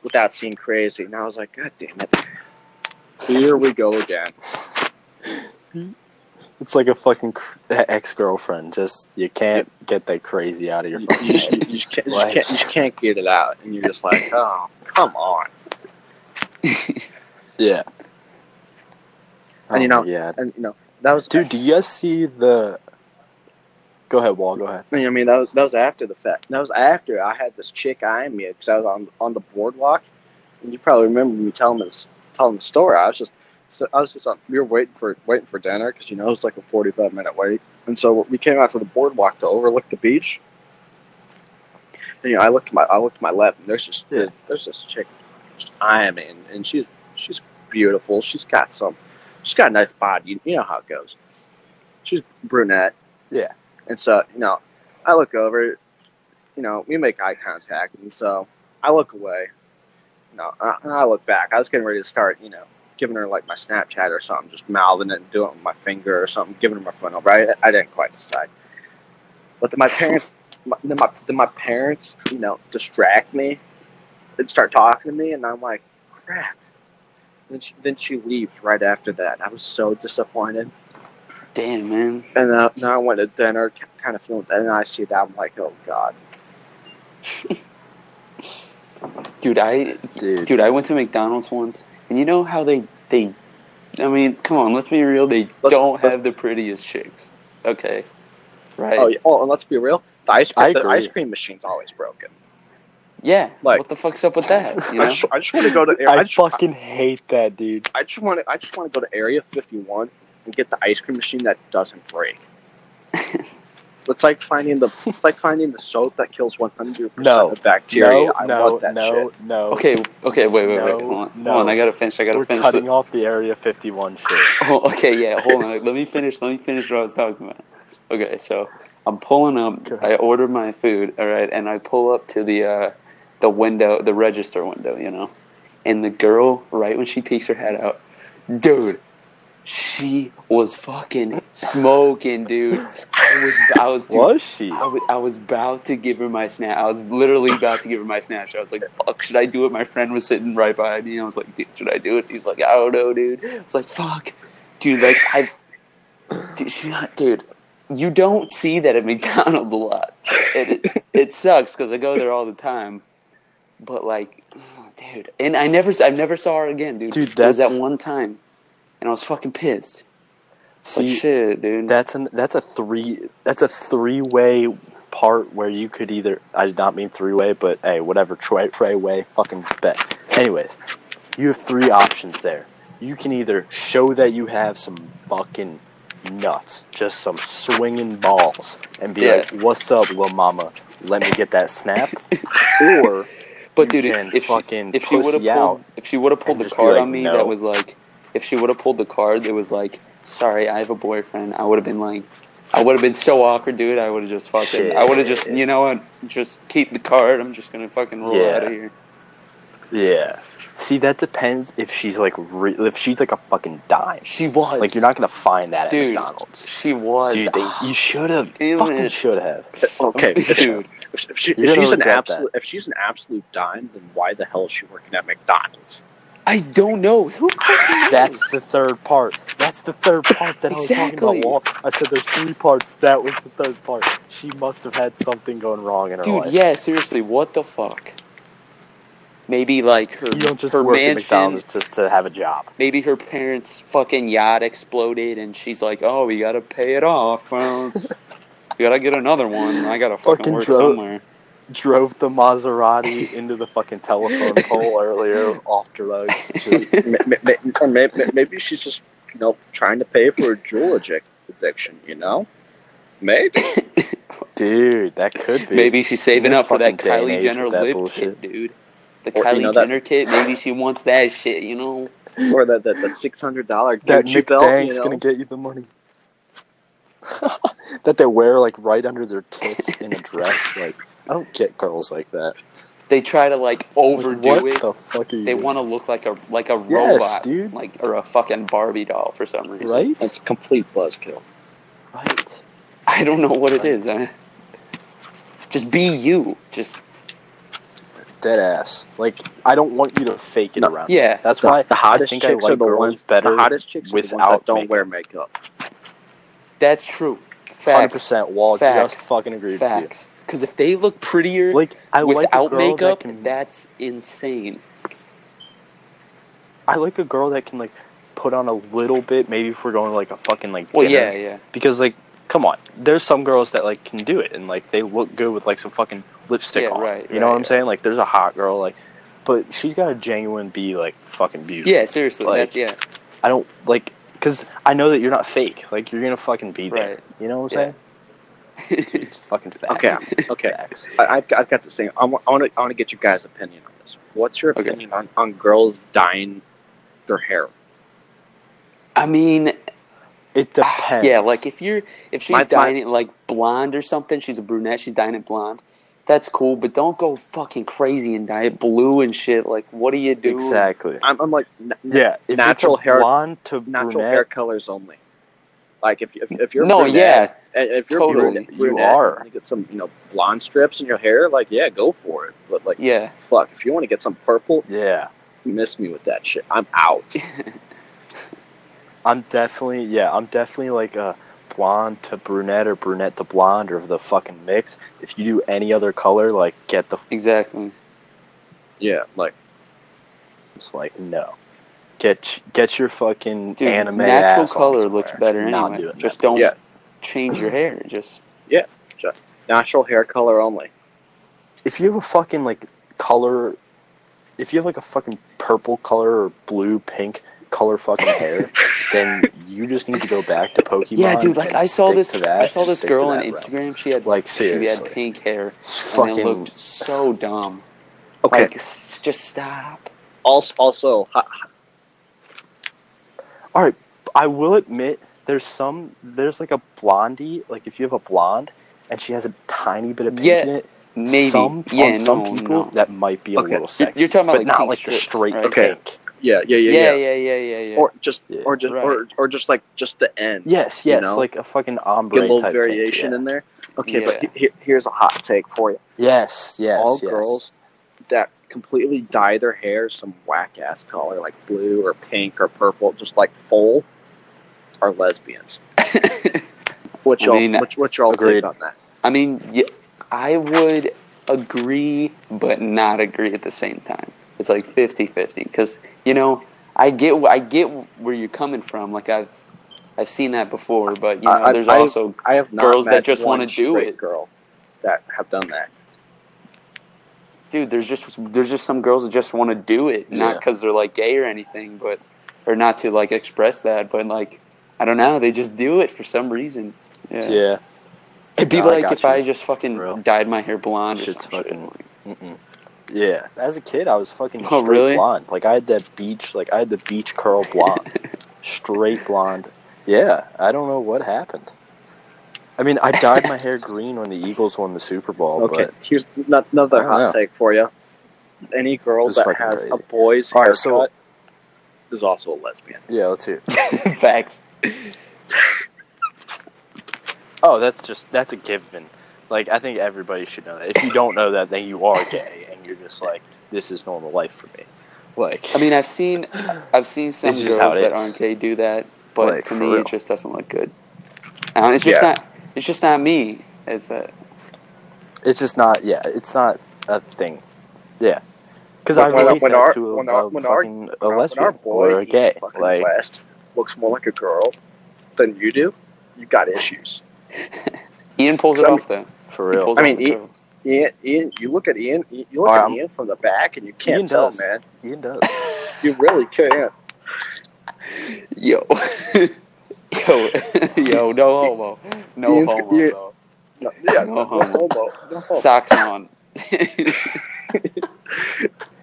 Speaker 4: without seeing crazy. And I was like, God damn it, here we go again.
Speaker 1: It's like a fucking cr- ex-girlfriend. Just you can't get that crazy out of your
Speaker 4: You,
Speaker 1: fucking
Speaker 4: you just,
Speaker 1: head.
Speaker 4: you, just can't, you,
Speaker 1: Like-
Speaker 4: just can't, you just can't get it out, and you're just like, oh, come on.
Speaker 1: Yeah.
Speaker 4: And, you know-
Speaker 1: Oh, yeah,
Speaker 4: And you know that was
Speaker 1: dude. Do you guys see the? Go ahead, Wall. Go ahead.
Speaker 4: I mean, that was that was after the fact. That was after I had this chick eyeing me because I was on on the boardwalk. And you probably remember me telling this telling the story. I was just so I was just on. We were waiting for waiting for dinner because you know it's like a forty five minute wait. And so we came out to the boardwalk to overlook the beach. And you know, I looked to my I looked to my left, and there's just
Speaker 1: Yeah.
Speaker 4: there's this chick just eyeing me, and, and she's she's beautiful. She's got some. She's got a nice body. You, you know how it goes. She's brunette.
Speaker 1: Yeah.
Speaker 4: And so you know, I look over, you know, we make eye contact, and so I look away, you know, I- and I look back. I was getting ready to start, you know, giving her like my Snapchat or something, just mouthing it and doing it with my finger or something, giving her my phone number. I, I didn't quite decide, but then my parents, my, then my then my parents, you know, distract me and start talking to me, and I'm like, crap. Then she, then she leaves right after that. I was so disappointed.
Speaker 2: Damn, man.
Speaker 4: And uh, now I went to dinner, kind of feeling, and I see that I'm like, oh god.
Speaker 2: Dude, I
Speaker 1: Dude.
Speaker 2: dude, I went to McDonald's once, and you know how they they, I mean, come on, let's be real. They
Speaker 4: Let's-
Speaker 2: don't
Speaker 4: let's-
Speaker 2: have the prettiest chicks. Okay, right?
Speaker 4: Oh, yeah. oh, and let's be real. The ice,
Speaker 1: I
Speaker 4: cream, the
Speaker 1: agree.
Speaker 4: ice cream machine's always broken.
Speaker 2: yeah.
Speaker 4: like-
Speaker 2: what the fuck's up with that? You
Speaker 4: I
Speaker 2: know?
Speaker 4: just, I just want to go to.
Speaker 1: I,
Speaker 4: I just,
Speaker 1: fucking hate that, dude.
Speaker 4: I just want to. I just want to go to Area 51 and get the ice cream machine that doesn't break. it's like finding the. It's like finding the soap that kills 100
Speaker 1: No.
Speaker 4: percent of bacteria.
Speaker 1: no,
Speaker 4: I
Speaker 1: no,
Speaker 4: want that
Speaker 1: no,
Speaker 4: shit.
Speaker 1: no.
Speaker 2: okay, okay, wait, wait, wait.
Speaker 1: No,
Speaker 2: Hold on,
Speaker 1: no.
Speaker 2: hold on. I gotta finish. I gotta
Speaker 1: we're
Speaker 2: finish.
Speaker 1: cutting
Speaker 2: the-
Speaker 1: off the Area 51 shit.
Speaker 2: Oh, okay, yeah. Hold on. Let me finish. Let me finish what I was talking about. Okay, so I'm pulling up.
Speaker 1: Go ahead.
Speaker 2: I order my food. All right, and I pull up to the uh, the window, the register window. You know, and the girl, right when she peeks her head out, dude, she was fucking smoking, dude. I was, I was, dude, Oh,
Speaker 1: Was she?
Speaker 2: I was, I was about to give her my snap. I was literally about to give her my snapshot. I was like, fuck, should I do it? My friend was sitting right behind me. I was like, dude, should I do it? He's like, I don't know, dude. I was like, fuck. Dude, like, I. Dude, she not, dude, you don't see that at McDonald's a lot. It, it, it sucks because I go there all the time. But, like, dude. And I never, I never saw her again, dude.
Speaker 1: Dude,
Speaker 2: It was
Speaker 1: that's-
Speaker 2: that one time. And I was fucking pissed. Like,
Speaker 1: See,
Speaker 2: shit, dude.
Speaker 1: that's an that's a three that's a three way part where you could either I did not mean three way, but hey, whatever tray tray way fucking bet. Anyways, you have three options there. You can either show that you have some fucking nuts, just some swinging balls, and be
Speaker 2: Yeah.
Speaker 1: like, "What's up, little mama? Let me get that snap," or
Speaker 2: But
Speaker 1: you
Speaker 2: dude,
Speaker 1: can
Speaker 2: if, if
Speaker 1: fucking
Speaker 2: she, if she would have
Speaker 1: pussy
Speaker 2: pulled,
Speaker 1: out
Speaker 2: if she would have pulled
Speaker 1: and
Speaker 2: the
Speaker 1: just be
Speaker 2: card
Speaker 1: like,
Speaker 2: on me,
Speaker 1: "No."
Speaker 2: that was like, if she would have pulled the card, that was like, sorry, I have a boyfriend. I would have been like, I would have been so awkward, dude. I would have just fucking, I would have just,
Speaker 1: Shit.
Speaker 2: you know what, just keep the card. I'm just gonna fucking roll
Speaker 1: Yeah.
Speaker 2: out of here.
Speaker 1: yeah. See, that depends if she's like re- if she's like a fucking dime.
Speaker 2: She was
Speaker 1: Like you're not gonna find that at
Speaker 2: Dude.
Speaker 1: McDonald's.
Speaker 2: She was.
Speaker 1: Dude, they, you should have.
Speaker 2: Damn
Speaker 1: Fucking
Speaker 2: it.
Speaker 1: should have.
Speaker 4: Okay, if, she,
Speaker 2: dude.
Speaker 4: if, she,
Speaker 1: You're
Speaker 4: if
Speaker 1: gonna
Speaker 4: she's an
Speaker 1: regret
Speaker 4: absolute, if she's an absolute dime, then why the hell is she working at McDonald's?
Speaker 2: I don't know who. Fucking knows?
Speaker 1: That's the third part. That's the third part that I was talking
Speaker 2: Exactly.
Speaker 1: about. Walt. I said there's three parts. That was the third part. She must have had something going wrong in her
Speaker 2: dude.
Speaker 1: life.
Speaker 2: Yeah, seriously, what the fuck? Maybe like her,
Speaker 1: You don't just
Speaker 2: her
Speaker 1: work at
Speaker 2: mansion,
Speaker 1: McDonald's just to have a job.
Speaker 2: maybe her parents' fucking yacht exploded, and she's like, "Oh, we gotta pay it off. uh, we gotta get another one. and I gotta fucking,
Speaker 1: Fucking
Speaker 2: work
Speaker 1: drove-
Speaker 2: somewhere."
Speaker 1: Drove the Maserati into the fucking telephone pole earlier off drugs. Just,
Speaker 4: Ma- ma- ma- or may- ma- maybe she's just you know trying to pay for a jewel addic- addiction. You know, maybe.
Speaker 1: dude, that could be.
Speaker 2: Maybe she's saving
Speaker 1: this
Speaker 2: up for that
Speaker 1: fucking day and
Speaker 2: Kylie
Speaker 1: age
Speaker 2: Jenner
Speaker 1: with that
Speaker 2: lip
Speaker 1: bullshit.
Speaker 2: kit, dude. The
Speaker 4: Or,
Speaker 2: Kylie
Speaker 4: you know, that-
Speaker 2: Jenner kit. Maybe she wants that shit. You know.
Speaker 4: or the the, the six hundred dollar
Speaker 1: that
Speaker 4: Gucci
Speaker 1: Nick
Speaker 4: belt.
Speaker 1: Bank's
Speaker 4: you know?
Speaker 1: gonna get you the money. that they wear like right under their tits in a dress. Like I don't get girls like that.
Speaker 2: They try to like
Speaker 1: Like,
Speaker 2: overdo
Speaker 1: what
Speaker 2: it.
Speaker 1: the fuck are you?
Speaker 2: they
Speaker 1: doing?
Speaker 2: want to look like a like a
Speaker 1: Yes,
Speaker 2: robot,
Speaker 1: dude.
Speaker 2: like or a fucking Barbie doll for some reason.
Speaker 1: right,
Speaker 4: That's a complete buzzkill.
Speaker 1: right.
Speaker 2: I don't know what it is. I, just be you. Just
Speaker 1: Dead ass. Like I don't want you to fake it
Speaker 4: No.
Speaker 1: around.
Speaker 2: Yeah.
Speaker 1: That's
Speaker 4: the,
Speaker 1: why
Speaker 4: the hottest
Speaker 1: think I
Speaker 4: chicks
Speaker 1: like
Speaker 4: are the
Speaker 1: girls
Speaker 4: ones
Speaker 1: better
Speaker 4: The hottest chicks are the ones
Speaker 1: without
Speaker 4: that don't
Speaker 1: makeup.
Speaker 4: wear makeup.
Speaker 2: That's true.
Speaker 1: hundred
Speaker 2: Facts.
Speaker 1: percent. Wall
Speaker 2: Facts.
Speaker 1: just fucking agree with
Speaker 2: Facts. Because if they look prettier
Speaker 1: you. Like I like a
Speaker 2: without
Speaker 1: girl
Speaker 2: makeup,
Speaker 1: that can.
Speaker 2: that's insane.
Speaker 1: I like a girl that can like put on a little bit. Maybe if we're going to, like a fucking like
Speaker 2: Well,
Speaker 1: dinner.
Speaker 2: yeah, yeah.
Speaker 1: Because like, come on, there's some girls that like can do it and like they look good with like some fucking lipstick
Speaker 2: Yeah,
Speaker 1: on.
Speaker 2: right,
Speaker 1: you know
Speaker 2: right,
Speaker 1: what I'm
Speaker 2: right.
Speaker 1: saying? Like, there's a hot girl like, but she's got a genuine be like fucking beautiful.
Speaker 2: Yeah, seriously.
Speaker 1: Like,
Speaker 2: that's yeah.
Speaker 1: I don't like because I know that you're not fake. Like you're gonna fucking be there.
Speaker 2: Right.
Speaker 1: You know what I'm
Speaker 2: Yeah.
Speaker 1: saying? It's fucking facts.
Speaker 4: Okay, okay.
Speaker 1: Facts.
Speaker 4: I, I've, got, I've got the same. I want, I, want to, I want to get your guys' opinion on this. What's your
Speaker 2: Okay.
Speaker 4: opinion on, on girls dyeing their hair?
Speaker 2: I mean, ah,
Speaker 1: It depends.
Speaker 2: Yeah, like if you're if she's
Speaker 4: My- my-
Speaker 2: dyeing it like blonde or something, she's a brunette, she's dyeing it blonde. That's cool, but don't go fucking crazy and dye it blue and shit. Like, what do you do?
Speaker 1: exactly.
Speaker 4: I'm, I'm like n- n-
Speaker 1: Yeah, if
Speaker 4: Natural
Speaker 1: it's a
Speaker 4: hair-
Speaker 1: blonde to
Speaker 4: natural
Speaker 1: brunette,
Speaker 4: hair colors only. Like if if, if you're
Speaker 2: No,
Speaker 4: brunette, and if you're
Speaker 2: totally.
Speaker 4: brunette,
Speaker 1: You
Speaker 4: brunette,
Speaker 1: are.
Speaker 4: and you get some you know blonde strips in your hair. Like yeah, go for it. But like
Speaker 2: Yeah,
Speaker 4: fuck, if you want to get some purple,
Speaker 1: yeah,
Speaker 4: you miss me with that shit. I'm out.
Speaker 1: I'm definitely yeah, I'm definitely like a blonde to brunette or brunette to blonde or the fucking mix. If you do any other color, like get the
Speaker 2: exactly.
Speaker 4: Yeah, like
Speaker 1: it's like no, get get your fucking
Speaker 2: Dude,
Speaker 1: anime
Speaker 2: natural
Speaker 1: ass on
Speaker 2: color
Speaker 1: somewhere.
Speaker 2: looks better
Speaker 1: Not
Speaker 2: anyway.
Speaker 1: doing
Speaker 2: Just
Speaker 1: that.
Speaker 2: don't
Speaker 4: Yeah.
Speaker 2: change your hair. Just
Speaker 4: natural hair color only.
Speaker 1: if you have a fucking like color if you have like a fucking purple color or blue pink color fucking hair then you just need to go back to pokemon
Speaker 2: yeah, dude. Like
Speaker 1: and
Speaker 2: I saw
Speaker 1: stick
Speaker 2: this.
Speaker 1: to that
Speaker 2: I saw
Speaker 1: and
Speaker 2: this
Speaker 1: stick to
Speaker 2: girl on
Speaker 1: that route.
Speaker 2: Instagram. She had
Speaker 1: like
Speaker 2: she had
Speaker 1: seriously
Speaker 2: pink hair and
Speaker 1: fucking
Speaker 2: it looked so dumb.
Speaker 4: Okay.
Speaker 2: Like, s- just stop.
Speaker 4: also, also, ha-
Speaker 1: all right i will admit there's some there's like a blondie like if you have a blonde and she has a tiny bit of pink
Speaker 2: Yeah,
Speaker 1: in it
Speaker 2: Maybe.
Speaker 1: some
Speaker 2: yeah,
Speaker 1: on some
Speaker 2: no,
Speaker 1: people
Speaker 2: no.
Speaker 1: that might be a
Speaker 4: Okay.
Speaker 1: little
Speaker 2: You're-
Speaker 1: sexy
Speaker 2: you're talking about,
Speaker 1: but
Speaker 2: like,
Speaker 1: not
Speaker 2: pink
Speaker 1: like the
Speaker 2: strips,
Speaker 1: straight
Speaker 2: right?
Speaker 4: Okay.
Speaker 1: pink
Speaker 4: yeah, yeah, yeah,
Speaker 2: Yeah,
Speaker 4: yeah,
Speaker 2: yeah, yeah, yeah, yeah.
Speaker 4: Or just,
Speaker 1: Yeah.
Speaker 4: or just,
Speaker 2: Right.
Speaker 4: or, or just like just the end.
Speaker 1: yes yes
Speaker 4: You know?
Speaker 1: like a fucking ombre
Speaker 4: Get a little
Speaker 1: type pink.
Speaker 4: variation
Speaker 1: Yeah.
Speaker 4: in there. Okay, but
Speaker 2: Yeah.
Speaker 4: he- he- here's a hot take for you.
Speaker 1: yes yes
Speaker 4: All
Speaker 1: yes.
Speaker 4: girls that completely dye their hair some whack ass color, like blue or pink or purple, just like full, are lesbians. What
Speaker 2: I
Speaker 4: y'all,
Speaker 2: mean,
Speaker 4: what, what y'all
Speaker 1: agreed.
Speaker 4: take on that?
Speaker 2: I mean, y I I would agree, but not agree at the same time. It's like 50 50. Because, you know, I get, wh- I get where you're coming from. Like, I've, I've seen that before, but, you know,
Speaker 4: I- I-
Speaker 2: there's
Speaker 4: I-
Speaker 2: also.
Speaker 4: I have not
Speaker 2: Girls that
Speaker 4: met
Speaker 2: just
Speaker 4: one
Speaker 2: wanna do
Speaker 4: straight
Speaker 2: it.
Speaker 4: Girl, that have done that.
Speaker 2: Dude, there's just there's just some girls that just want to do it, not
Speaker 1: Yeah.
Speaker 2: because they're like gay or anything, but or not to like express that, but like I don't know, they just do it for some reason. Yeah,
Speaker 1: yeah.
Speaker 2: it'd be
Speaker 1: No, I
Speaker 2: like
Speaker 1: got
Speaker 2: if
Speaker 1: you.
Speaker 2: I just fucking
Speaker 1: For real.
Speaker 2: dyed my hair blonde
Speaker 1: Shit's
Speaker 2: or something.
Speaker 1: fucking- Mm-mm. Yeah, as a kid, I was fucking
Speaker 2: Oh,
Speaker 1: straight
Speaker 2: really?
Speaker 1: blonde. Like I had that beach, like I had the beach curl blonde, straight blonde. Yeah, I don't know what happened. I mean, I dyed my hair green when the Eagles won the Super Bowl,
Speaker 4: Okay,
Speaker 1: but
Speaker 4: here's no- another
Speaker 1: I don't
Speaker 4: hot
Speaker 1: know.
Speaker 4: take for you. Any girl
Speaker 1: Oh, This is
Speaker 4: that
Speaker 1: fucking
Speaker 4: has a
Speaker 1: crazy.
Speaker 4: boy's
Speaker 1: All right,
Speaker 4: haircut
Speaker 1: so-
Speaker 4: is also a lesbian.
Speaker 1: yeah, let's hear. it.
Speaker 2: Facts.
Speaker 1: Oh, that's just that's a given. Like I think everybody should know that. If you don't know that, then you are gay, and you're just like, this is normal life for me. Like,
Speaker 2: I mean, I've seen, I've seen some
Speaker 1: It's
Speaker 2: girls
Speaker 1: just how it
Speaker 2: that
Speaker 1: is.
Speaker 2: aren't gay do that, but
Speaker 1: Like,
Speaker 2: to
Speaker 1: for
Speaker 2: me,
Speaker 1: real.
Speaker 2: it just doesn't look good. Uh, it's just
Speaker 4: Yeah.
Speaker 2: not, it's just not me. It's uh, a,
Speaker 1: it's just not. Yeah, it's not a thing. Yeah, because
Speaker 4: When-
Speaker 1: I
Speaker 4: when-
Speaker 1: relate
Speaker 4: when
Speaker 1: that
Speaker 4: our-
Speaker 1: to a,
Speaker 4: when our-
Speaker 1: a
Speaker 4: when our-
Speaker 1: fucking a
Speaker 4: When our-
Speaker 1: lesbian
Speaker 4: when our boy
Speaker 1: or a gay.
Speaker 4: fucking
Speaker 1: Like,
Speaker 4: West looks more like a girl than you do, you got issues.
Speaker 2: Ian pulls it
Speaker 4: Some-
Speaker 2: off though.
Speaker 1: for
Speaker 2: He
Speaker 1: real. E
Speaker 2: pulls
Speaker 4: I
Speaker 2: off
Speaker 4: mean,
Speaker 2: the
Speaker 4: he-
Speaker 2: girls.
Speaker 4: Ian, Ian, you look at Ian. You look
Speaker 1: Alright,
Speaker 4: at
Speaker 1: I'm-
Speaker 4: Ian from the back, and you can't
Speaker 1: Ian
Speaker 4: tell,
Speaker 1: does.
Speaker 4: man.
Speaker 1: Ian does.
Speaker 4: You really can't.
Speaker 2: Yo, yo, yo, no homo, no
Speaker 4: Ian's-
Speaker 2: homo.
Speaker 4: Ian-
Speaker 2: though.
Speaker 4: No, yeah,
Speaker 2: No
Speaker 4: no,
Speaker 1: um,
Speaker 2: homo.
Speaker 4: homo, no homo.
Speaker 2: Socks on.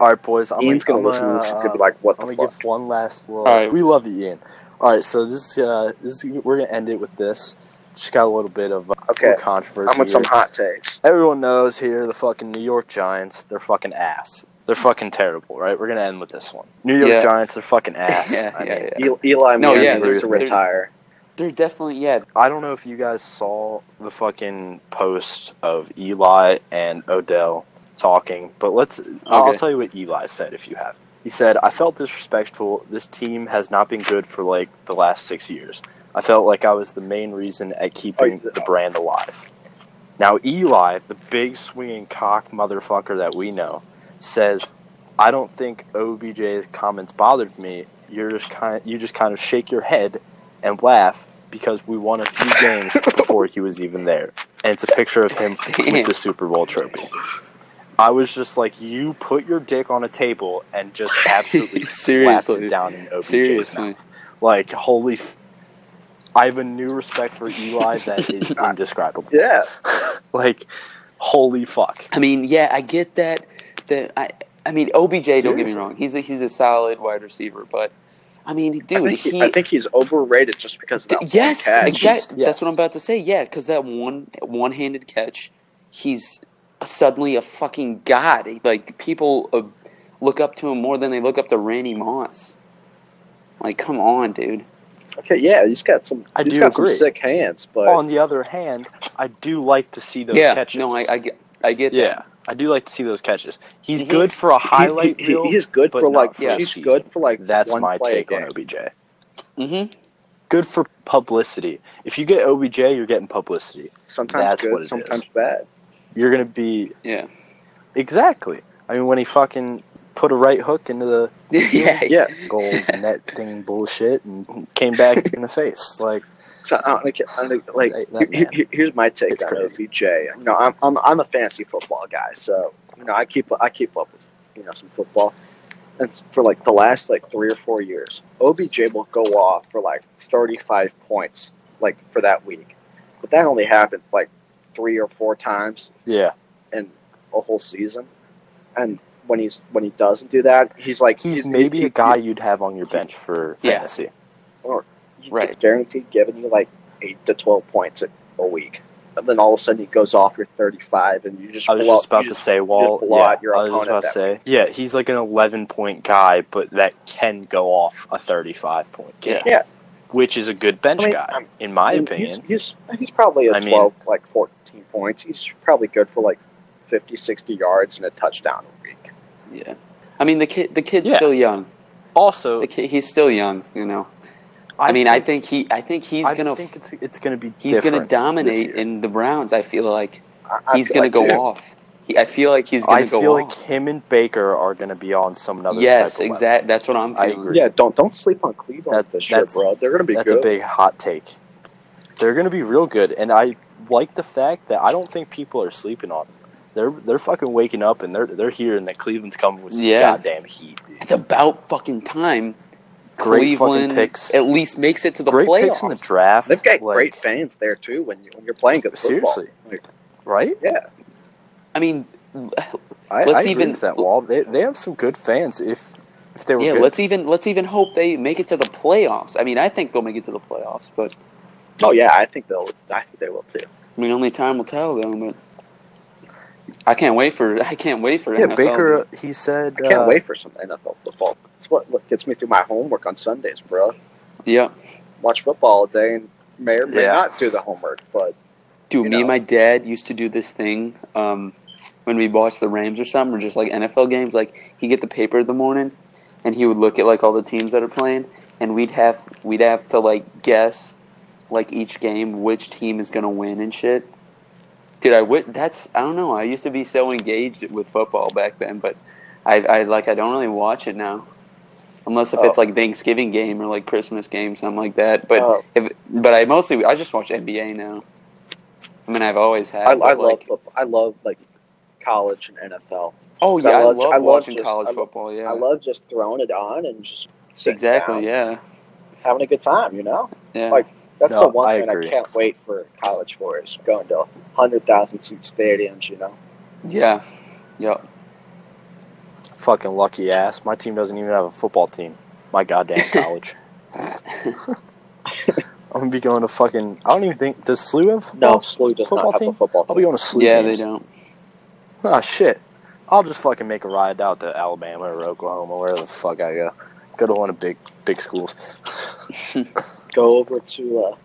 Speaker 1: All right, boys. I'm
Speaker 4: Ian's
Speaker 1: gonna, I'm
Speaker 4: gonna listen to
Speaker 1: gonna,
Speaker 4: this and be
Speaker 1: um,
Speaker 4: like, "What
Speaker 1: I'm
Speaker 4: the
Speaker 1: gonna
Speaker 4: fuck?"
Speaker 1: give one last little.
Speaker 2: All right.
Speaker 1: We love you, Ian. All right, so this uh, this is- we're gonna end it with this. Just got a little bit of uh,
Speaker 4: Okay,
Speaker 1: controversy.
Speaker 4: I'm with
Speaker 1: here.
Speaker 4: some hot takes.
Speaker 1: Everyone knows here the fucking New York Giants. They're fucking ass. They're fucking terrible, right? We're gonna end with this one. New York
Speaker 2: Yeah.
Speaker 1: Giants. They're fucking ass.
Speaker 2: Yeah,
Speaker 1: I
Speaker 2: yeah,
Speaker 1: mean,
Speaker 2: yeah.
Speaker 4: El- E-, Eli
Speaker 2: No,
Speaker 4: Manning
Speaker 1: yeah,
Speaker 4: needs to
Speaker 2: they're-
Speaker 4: retire.
Speaker 2: They're definitely yeah.
Speaker 1: I don't know if you guys saw the fucking post of Eli and Odell talking, but let's. I'll
Speaker 2: Okay.
Speaker 1: tell you what Eli said if you have. He said, "I felt disrespectful. This team has not been good for like the last six years. I felt like I was the main reason at keeping
Speaker 3: Oh, yeah.
Speaker 1: the brand alive." Now Eli, the big swinging cock motherfucker that we know, says, "I don't think OBJ's comments bothered me. You're just kind. You just kind of shake your head and laugh." Because we won a few games before he was even there, and it's a picture of him
Speaker 2: Damn.
Speaker 1: with the Super Bowl trophy. I was just like, you put your dick on a table and just absolutely slapped
Speaker 2: Seriously.
Speaker 1: it down in OBJ's mouth.
Speaker 2: Seriously.
Speaker 1: Like, holy. F- I have a new respect for Eli that is indescribable.
Speaker 3: Yeah.
Speaker 1: Like, holy fuck.
Speaker 2: I mean, yeah, I get that. That I, I mean, OBJ. Don't get me
Speaker 1: Seriously.
Speaker 2: wrong. He's a, he's a solid wide receiver, but I mean, dude,
Speaker 3: I think
Speaker 2: he.
Speaker 3: I think he's overrated just because of that
Speaker 2: D-
Speaker 3: one
Speaker 2: yes,
Speaker 3: catch.
Speaker 2: exactly.
Speaker 1: Yes.
Speaker 2: That's what I'm about to say. Yeah, because that one one-handed catch, he's suddenly a fucking god. He- Like people uh, look up to him more than they look up to Randy Moss. Like, come on, dude.
Speaker 3: Okay, yeah, he's got some.
Speaker 1: I
Speaker 3: he's
Speaker 1: do
Speaker 3: got
Speaker 1: agree.
Speaker 3: some sick hands, but
Speaker 1: On the other hand, I do like to see those
Speaker 2: yeah,
Speaker 1: catches.
Speaker 2: no, I, I get, I get
Speaker 1: yeah, I do like to see those catches. He's
Speaker 2: Mhm.
Speaker 1: good for a
Speaker 3: he-
Speaker 1: highlight
Speaker 3: he-
Speaker 1: reel.
Speaker 3: he's good
Speaker 1: but
Speaker 3: for
Speaker 1: not
Speaker 3: like
Speaker 1: for
Speaker 2: the
Speaker 3: he's
Speaker 1: season.
Speaker 3: good for like
Speaker 1: That's
Speaker 3: one
Speaker 1: my
Speaker 3: play a
Speaker 1: take on
Speaker 3: game.
Speaker 1: OBJ.
Speaker 2: that. hmm
Speaker 1: Good for publicity. If you get OBJ, you're getting publicity.
Speaker 3: Sometimes
Speaker 1: That's what
Speaker 3: good,
Speaker 1: it
Speaker 3: sometimes
Speaker 1: is.
Speaker 3: bad.
Speaker 1: You're gonna be
Speaker 2: Yeah.
Speaker 1: Exactly. I mean, when he fucking put a right hook into the
Speaker 2: yeah.
Speaker 3: Yeah.
Speaker 1: gold net thing bullshit and came back in the face, like
Speaker 3: So I don't, I don't, like
Speaker 1: That- that
Speaker 3: he- he-
Speaker 1: man.
Speaker 3: here's my take
Speaker 1: It's
Speaker 3: on
Speaker 1: crazy.
Speaker 3: OBJ. You know, I'm, I'm I'm a fantasy football guy, so you know I keep I keep up with you know some football, and s- for like the last like three or four years, OBJ will go off for like 35 points like for that week, but that only happens like three or four times
Speaker 1: yeah,
Speaker 3: in a whole season, and when he's when he doesn't do that, he's like
Speaker 1: he's
Speaker 3: he-
Speaker 1: maybe
Speaker 3: he-
Speaker 1: a guy you'd have on your bench for
Speaker 2: Yeah.
Speaker 1: fantasy.
Speaker 3: he-
Speaker 2: Right.
Speaker 3: guaranteed giving you like eight to 12 points a, a week. And then all of a sudden he goes off your 35 and you just
Speaker 1: I was
Speaker 3: blow
Speaker 1: just about
Speaker 3: you
Speaker 1: to say, Wall.
Speaker 3: blow
Speaker 1: Yeah,
Speaker 3: out your
Speaker 1: I was just
Speaker 3: opponent
Speaker 1: about to say, yeah, he's like an eleven-point guy, but that can go off a thirty-five point game.
Speaker 3: Yeah.
Speaker 1: which is a good bench
Speaker 3: I mean,
Speaker 1: guy,
Speaker 3: I'm-
Speaker 1: in my
Speaker 3: and
Speaker 1: opinion.
Speaker 3: He's, he's, he's probably a
Speaker 1: I
Speaker 3: 12,
Speaker 1: mean-
Speaker 3: like 14 points. He's probably good for like 50, 60 yards and a touchdown a week.
Speaker 2: Yeah. I mean, the kid, the kid's
Speaker 1: Yeah.
Speaker 2: still young.
Speaker 1: Also,
Speaker 2: The kid, he's still young, you know. I, mean, I think he, I think he's
Speaker 1: I
Speaker 2: gonna,
Speaker 1: think it's it's gonna be
Speaker 2: he's gonna
Speaker 1: different this
Speaker 2: dominate
Speaker 1: year.
Speaker 2: in the Browns. I feel like
Speaker 3: I, I
Speaker 2: he's
Speaker 3: feel
Speaker 2: gonna
Speaker 3: like,
Speaker 2: go
Speaker 3: dude,
Speaker 2: off. He, I feel like he's gonna
Speaker 1: I
Speaker 2: go
Speaker 1: feel like
Speaker 2: off.
Speaker 1: him and Baker are gonna be on some other. type
Speaker 2: yes,
Speaker 1: of level.
Speaker 2: exactly. That's what I'm
Speaker 1: I
Speaker 2: feeling.
Speaker 1: agree.
Speaker 3: Yeah, don't don't sleep on Cleveland
Speaker 1: That-
Speaker 3: this year,
Speaker 1: that's-
Speaker 3: bro. They're going to be
Speaker 1: That's
Speaker 3: good.
Speaker 1: a big hot take. They're going to be real good, and I like the fact that I don't think people are sleeping on them. They're they're fucking waking up and they're they're hearing that Cleveland's coming with some
Speaker 2: Yeah.
Speaker 1: goddamn heat. dude.
Speaker 2: It's about fucking time
Speaker 1: Great
Speaker 2: Cleveland
Speaker 1: fucking picks.
Speaker 2: at least makes it to the
Speaker 1: great
Speaker 2: playoffs.
Speaker 1: picks in the draft.
Speaker 3: They've got
Speaker 1: like,
Speaker 3: great fans there too when, you, when you're playing good football.
Speaker 1: Seriously.
Speaker 3: Like,
Speaker 1: right?
Speaker 3: yeah.
Speaker 2: I mean,
Speaker 1: I,
Speaker 2: Let's
Speaker 1: I agree
Speaker 2: even-
Speaker 1: with that wall. They, they have some good fans. If if they were
Speaker 2: yeah.
Speaker 1: good.
Speaker 2: Let's even let's even hope they make it to the playoffs. I mean, I think they'll make it to the playoffs, but
Speaker 3: Oh yeah, I think they'll. I think they will too.
Speaker 2: I mean, only time will tell, though. But I can't wait for I can't wait for
Speaker 1: yeah,
Speaker 2: NFL.
Speaker 1: Baker. He said.
Speaker 3: I can't
Speaker 1: uh,
Speaker 3: wait for some NFL football. It's what what gets me through my homework on Sundays, bro.
Speaker 2: Yeah,
Speaker 3: Watch football all day and may or may
Speaker 1: Yeah.
Speaker 3: not do the homework, but
Speaker 2: dude.
Speaker 3: You
Speaker 2: me
Speaker 3: know.
Speaker 2: and my dad used to do this thing um, when we watched the Rams or something, or just like NFL games. Like he would get the paper in the morning, and he would look at like all the teams that are playing, and we'd have we'd have to like guess like each game which team is gonna win and shit. Dude, I would. That's I don't know. I used to be so engaged with football back then, but I, I like I don't really watch it now, unless if it's
Speaker 3: Oh.
Speaker 2: like Thanksgiving game or like Christmas game, something like that. But
Speaker 3: Oh.
Speaker 2: if but I mostly I just watch NBA now. I mean, I've always had.
Speaker 3: I, I
Speaker 2: but,
Speaker 3: love
Speaker 2: like,
Speaker 3: football. I love like college and NFL.
Speaker 2: Oh yeah,
Speaker 3: I
Speaker 2: I
Speaker 3: love-
Speaker 2: love,
Speaker 3: I love
Speaker 2: watching
Speaker 3: just-
Speaker 2: college
Speaker 3: I love-
Speaker 2: football. Yeah,
Speaker 3: I love just throwing it on and just sitting
Speaker 2: exactly.
Speaker 3: down,
Speaker 2: Yeah,
Speaker 3: having a good time. You know,
Speaker 2: yeah.
Speaker 3: Like, that's
Speaker 1: No,
Speaker 3: the one
Speaker 1: I
Speaker 3: thing
Speaker 1: agree.
Speaker 3: I can't wait for college for is going to hundred thousand seat stadiums. You know,
Speaker 2: Yeah. Yep.
Speaker 1: Fucking lucky ass. My team doesn't even have a football team. My goddamn college. I'm gonna be going to fucking. I don't even think. Does SLU have
Speaker 3: no,
Speaker 1: football?
Speaker 3: SLU does
Speaker 1: football
Speaker 3: not have
Speaker 1: team?
Speaker 3: a football
Speaker 1: I'll be
Speaker 3: team.
Speaker 1: going to SLU.
Speaker 2: yeah,
Speaker 1: games.
Speaker 2: they don't.
Speaker 1: Oh shit! I'll just fucking make a ride out to Alabama or Oklahoma, wherever the fuck I go. Go to one of big big schools.
Speaker 3: Go over to uh,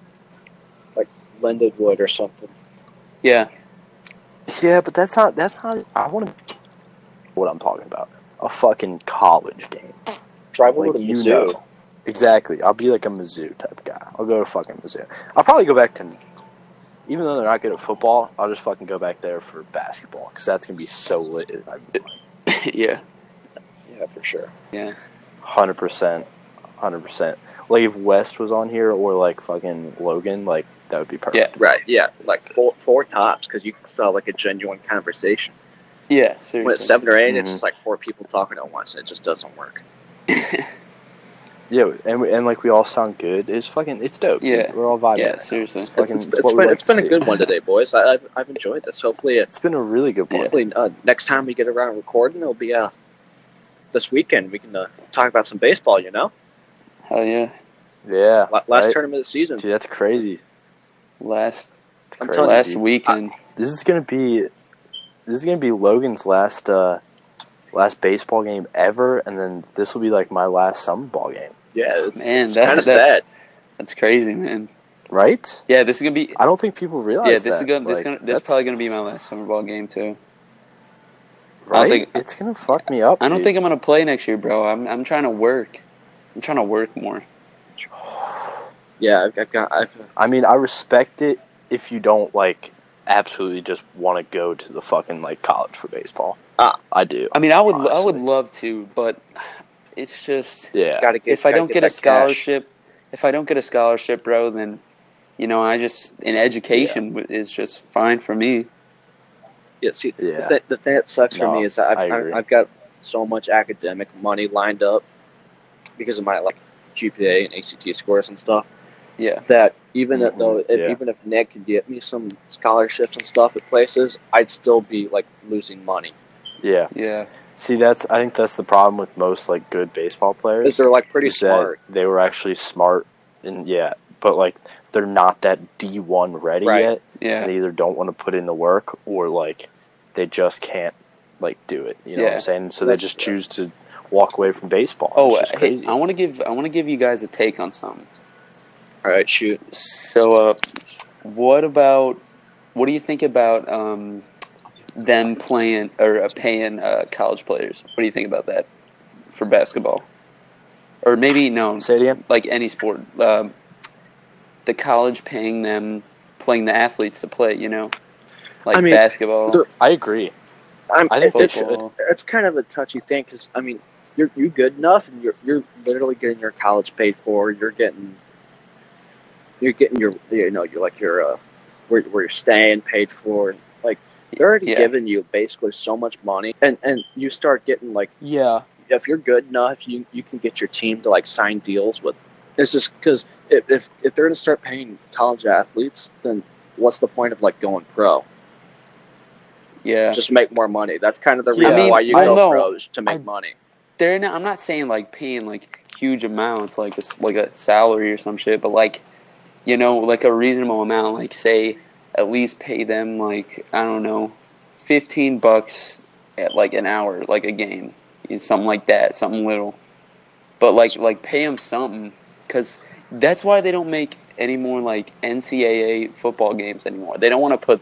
Speaker 3: like Lindenwood or something.
Speaker 2: Yeah,
Speaker 1: Yeah, but that's not. That's not. I want to. what I'm talking about. A fucking college game.
Speaker 4: Drive over
Speaker 1: Like
Speaker 4: to
Speaker 1: you
Speaker 4: Mizzou.
Speaker 1: know. Exactly. I'll be like a Mizzou type guy. I'll go to fucking Mizzou. I'll probably go back to, even though they're not good at football, I'll just fucking go back there for basketball because that's gonna be so lit.
Speaker 2: yeah.
Speaker 4: Yeah, for sure.
Speaker 2: Yeah.
Speaker 1: Hundred percent, hundred percent. Like if West was on here or like fucking Logan, like that would be perfect.
Speaker 2: Yeah.
Speaker 4: Right. Yeah, like four four tops because you can sell like a genuine conversation.
Speaker 2: Yeah.
Speaker 4: When it's
Speaker 2: Seriously.
Speaker 4: seven or 8 it's
Speaker 1: Mhm.
Speaker 4: just like four people talking at once, and it just doesn't work.
Speaker 1: Yeah, and we, and like we all sound good. It's fucking it's dope. dude.
Speaker 2: Yeah.
Speaker 1: We're all vibing.
Speaker 2: Yeah,
Speaker 1: right now.
Speaker 2: seriously.
Speaker 1: It's fucking.
Speaker 4: it's,
Speaker 1: Mm, It's,
Speaker 4: it's,
Speaker 1: what
Speaker 4: been,
Speaker 1: we like
Speaker 4: it's been
Speaker 1: to
Speaker 4: a
Speaker 1: see.
Speaker 4: good one today, boys. I, I've, I've enjoyed this. Hopefully, it,
Speaker 1: It's been a really good one.
Speaker 4: hopefully uh, next time we get around recording, it'll be uh, this weekend. We can uh, talk about some baseball. You know,
Speaker 2: Hell yeah.
Speaker 1: Yeah.
Speaker 4: La- last
Speaker 1: right?
Speaker 4: tournament of the season.
Speaker 1: Dude, that's crazy.
Speaker 2: Last
Speaker 1: It's
Speaker 4: I'm
Speaker 1: crazy.
Speaker 4: telling you,
Speaker 2: last
Speaker 1: dude.
Speaker 2: weekend.
Speaker 1: This is gonna be, this is gonna be Logan's last, uh, last baseball game ever, and then this will be like my last summer ball game,
Speaker 4: Yeah, it's,
Speaker 2: Man,
Speaker 4: it's
Speaker 2: that-
Speaker 4: kind of
Speaker 2: that's-
Speaker 4: sad.
Speaker 2: that's crazy, man.
Speaker 1: right?
Speaker 2: Yeah, this is gonna be.
Speaker 1: I don't think people realize.
Speaker 2: Yeah, this
Speaker 1: that.
Speaker 2: is gonna. This
Speaker 1: Like,
Speaker 2: gonna. This
Speaker 1: that's-
Speaker 2: probably gonna be my last summer ball game too.
Speaker 1: Right?
Speaker 2: I don't think-
Speaker 1: it's gonna fuck me up.
Speaker 2: I don't
Speaker 1: dude.
Speaker 2: think I'm gonna play next year, bro. I'm. I'm trying to work. I'm trying to work more.
Speaker 4: Yeah, I've, I've got. I've, uh,
Speaker 1: I mean, I respect it if you don't like absolutely just want to go to the fucking like college for baseball.
Speaker 4: Ah.
Speaker 1: I do.
Speaker 2: I mean, I would. I would
Speaker 1: Honestly.
Speaker 2: love to, but it's just
Speaker 1: yeah.
Speaker 4: got to get.
Speaker 2: if I
Speaker 4: gotta
Speaker 2: don't get, a
Speaker 4: that cash.
Speaker 2: scholarship, if I don't get a scholarship, bro, then you know I just an education w is just fine for me.
Speaker 4: Yeah, see,
Speaker 1: Yeah.
Speaker 4: the, thi- the thing that sucks for
Speaker 1: No,
Speaker 4: me is that I've,
Speaker 1: I
Speaker 4: I've,
Speaker 1: agree.
Speaker 4: I've got so much academic money lined up because of my like GPA and ACT scores and stuff
Speaker 2: Yeah.
Speaker 4: that even if
Speaker 1: Mhm,
Speaker 4: though if,
Speaker 1: yeah.
Speaker 4: even if Nick could get me some scholarships and stuff at places, I'd still be like losing money.
Speaker 1: Yeah.
Speaker 2: Yeah.
Speaker 1: See, that's I think that's the problem with most like good baseball players.
Speaker 4: Because they're like pretty
Speaker 1: is that
Speaker 4: smart,
Speaker 1: They were actually smart, and yeah, but like they're not that D one ready
Speaker 4: Right.
Speaker 1: yet.
Speaker 2: Yeah.
Speaker 1: They either don't want to put in the work or like they just can't like do it. You know what
Speaker 2: Yeah.
Speaker 1: I'm saying? So
Speaker 4: That's-
Speaker 1: they just choose to walk away from baseball.
Speaker 2: Oh,
Speaker 1: it's just
Speaker 2: hey,
Speaker 1: crazy.
Speaker 2: I want to give I want to give you guys a take on something.
Speaker 4: All right, shoot.
Speaker 2: So, uh, what about what do you think about um, them playing or uh, paying uh, college players? What do you think about that for basketball, or maybe no,
Speaker 1: Say it again.
Speaker 2: like any sport? Um, the college paying them playing the athletes to play, you know, like
Speaker 4: I mean,
Speaker 2: basketball,
Speaker 4: they're-
Speaker 1: I agree.
Speaker 4: I'm,
Speaker 1: I think they
Speaker 4: it's,
Speaker 1: should.
Speaker 2: football.
Speaker 4: it's kind of a touchy thing because I mean, you're you good enough, and you're you're literally getting your college paid for. You're getting you're getting your you know you're like your uh, where where you're staying paid for. Like they're already
Speaker 2: Yeah.
Speaker 4: giving you basically so much money, and and you start getting like
Speaker 1: Yeah.
Speaker 4: if you're good enough, you you can get your team to like sign deals with. It's just because if, if if they're gonna start paying college athletes, then what's the point of like going pro?
Speaker 2: Yeah,
Speaker 4: Just make more money. That's kind of the
Speaker 1: Yeah.
Speaker 4: reason
Speaker 1: I mean,
Speaker 4: why you
Speaker 2: I
Speaker 4: go
Speaker 2: know-
Speaker 4: pro is to make
Speaker 1: I-
Speaker 4: money.
Speaker 2: they're not, I'm not saying like paying like huge amounts, like a, s- like a salary or some shit, but like you know, like a reasonable amount. Like say, at least pay them like I don't know, fifteen bucks at like an hour, like a game, you know, something like that, something little. But like like pay them something, because that's why they don't make any more like NCAA football games anymore. They don't want to put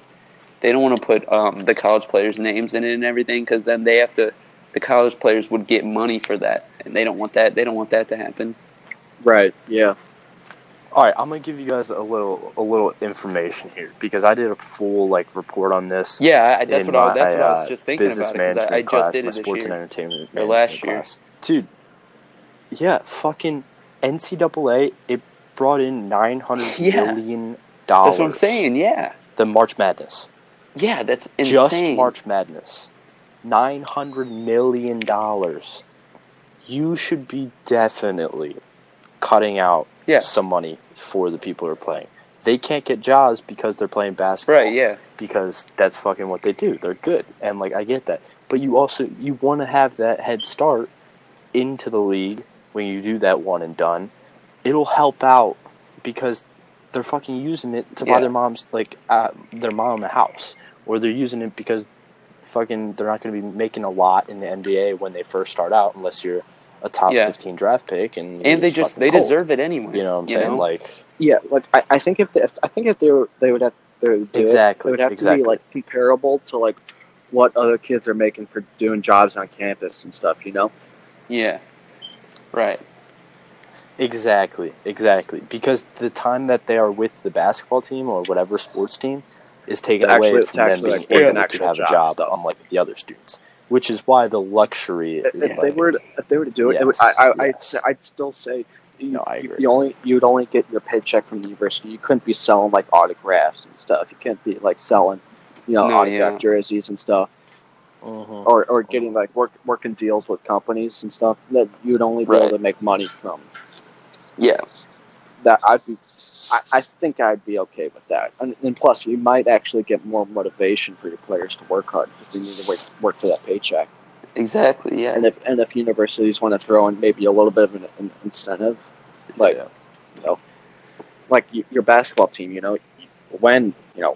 Speaker 2: they don't want to put um, the college players' names in it and everything, because then they have to. The college players would get money for that, and they don't want that. They don't want that to happen.
Speaker 4: Right. Yeah.
Speaker 1: All right, I'm gonna give you guys a little a little information here because I did a full like report on this.
Speaker 2: Yeah, I, that's
Speaker 1: in
Speaker 2: what I,
Speaker 1: my,
Speaker 2: that's what I
Speaker 1: uh,
Speaker 2: was just thinking
Speaker 1: business
Speaker 2: about it because
Speaker 1: management
Speaker 2: I, I
Speaker 1: class,
Speaker 2: just did
Speaker 1: my
Speaker 2: it this
Speaker 1: sports
Speaker 2: year.
Speaker 1: and entertainment
Speaker 2: Or
Speaker 1: management
Speaker 2: last year.
Speaker 1: class. dude. Yeah, fucking NCAA. It brought in nine hundred million
Speaker 2: Yeah.
Speaker 1: dollars.
Speaker 2: That's what I'm saying. Yeah,
Speaker 1: The March Madness,
Speaker 2: yeah, that's insane.
Speaker 1: just March Madness, nine hundred million dollars. You should be definitely cutting out
Speaker 2: Yeah,
Speaker 1: some money for the people who are playing. They can't get jobs because they're playing basketball.
Speaker 2: right. Yeah,
Speaker 1: Because that's fucking what they do. They're good. And like I get that. But you also you want to have that head start into the league when you do that one and done. It'll help out because they're fucking using it to buy
Speaker 2: Yeah.
Speaker 1: their mom's like uh, their mom a house or they're using it because fucking they're not going to be making a lot in the NBA when they first start out unless you're a top
Speaker 2: Yeah.
Speaker 1: 15 draft pick and you're
Speaker 2: and they just
Speaker 1: fucking
Speaker 2: they
Speaker 1: cold.
Speaker 2: deserve it anyway.
Speaker 1: you know what I'm saying like
Speaker 4: Yeah. Like I, I think if, they, if I think if they were they would have they would do it,
Speaker 1: Exactly,
Speaker 4: It would have
Speaker 1: exactly.
Speaker 4: to be like comparable to like what other kids are making for doing jobs on campus and stuff. You know,
Speaker 2: Yeah. Right.
Speaker 1: Exactly, exactly. Because the time that they are with the basketball team or whatever sports team is taken
Speaker 4: Actually,
Speaker 1: away
Speaker 4: it's
Speaker 1: from them
Speaker 4: actually,
Speaker 1: being
Speaker 4: like, working
Speaker 1: able to
Speaker 4: actual
Speaker 1: have a
Speaker 4: jobs,
Speaker 1: job,
Speaker 4: though.
Speaker 1: unlike the other students. Which is why the luxury
Speaker 4: if,
Speaker 1: is
Speaker 4: if they
Speaker 1: like,
Speaker 4: were to, if they were to do it, it would,
Speaker 1: Yes,
Speaker 4: I, I,
Speaker 1: yes.
Speaker 4: I'd, I'd still say you,
Speaker 1: No, I
Speaker 4: you-
Speaker 1: agree.
Speaker 4: you only you would only get your paycheck from the university. You couldn't be selling like autographs and stuff. You couldn't be like selling, you know,
Speaker 2: No,
Speaker 4: autograph
Speaker 2: yeah.
Speaker 4: jerseys and stuff,
Speaker 1: Mhm.
Speaker 4: or, or getting like work working deals with companies and stuff that you would only be
Speaker 2: Right.
Speaker 4: able to make money from.
Speaker 2: Yeah.
Speaker 4: That I'd be. I, I think I'd be okay with that, and, and plus, you might actually get more motivation for your players to work hard because they need to work, work for that paycheck.
Speaker 2: Exactly. Yeah.
Speaker 4: and if and if universities want to throw in maybe a little bit of an, an incentive, like
Speaker 1: Yeah.
Speaker 4: you know, like y- your basketball team, you know, when you know,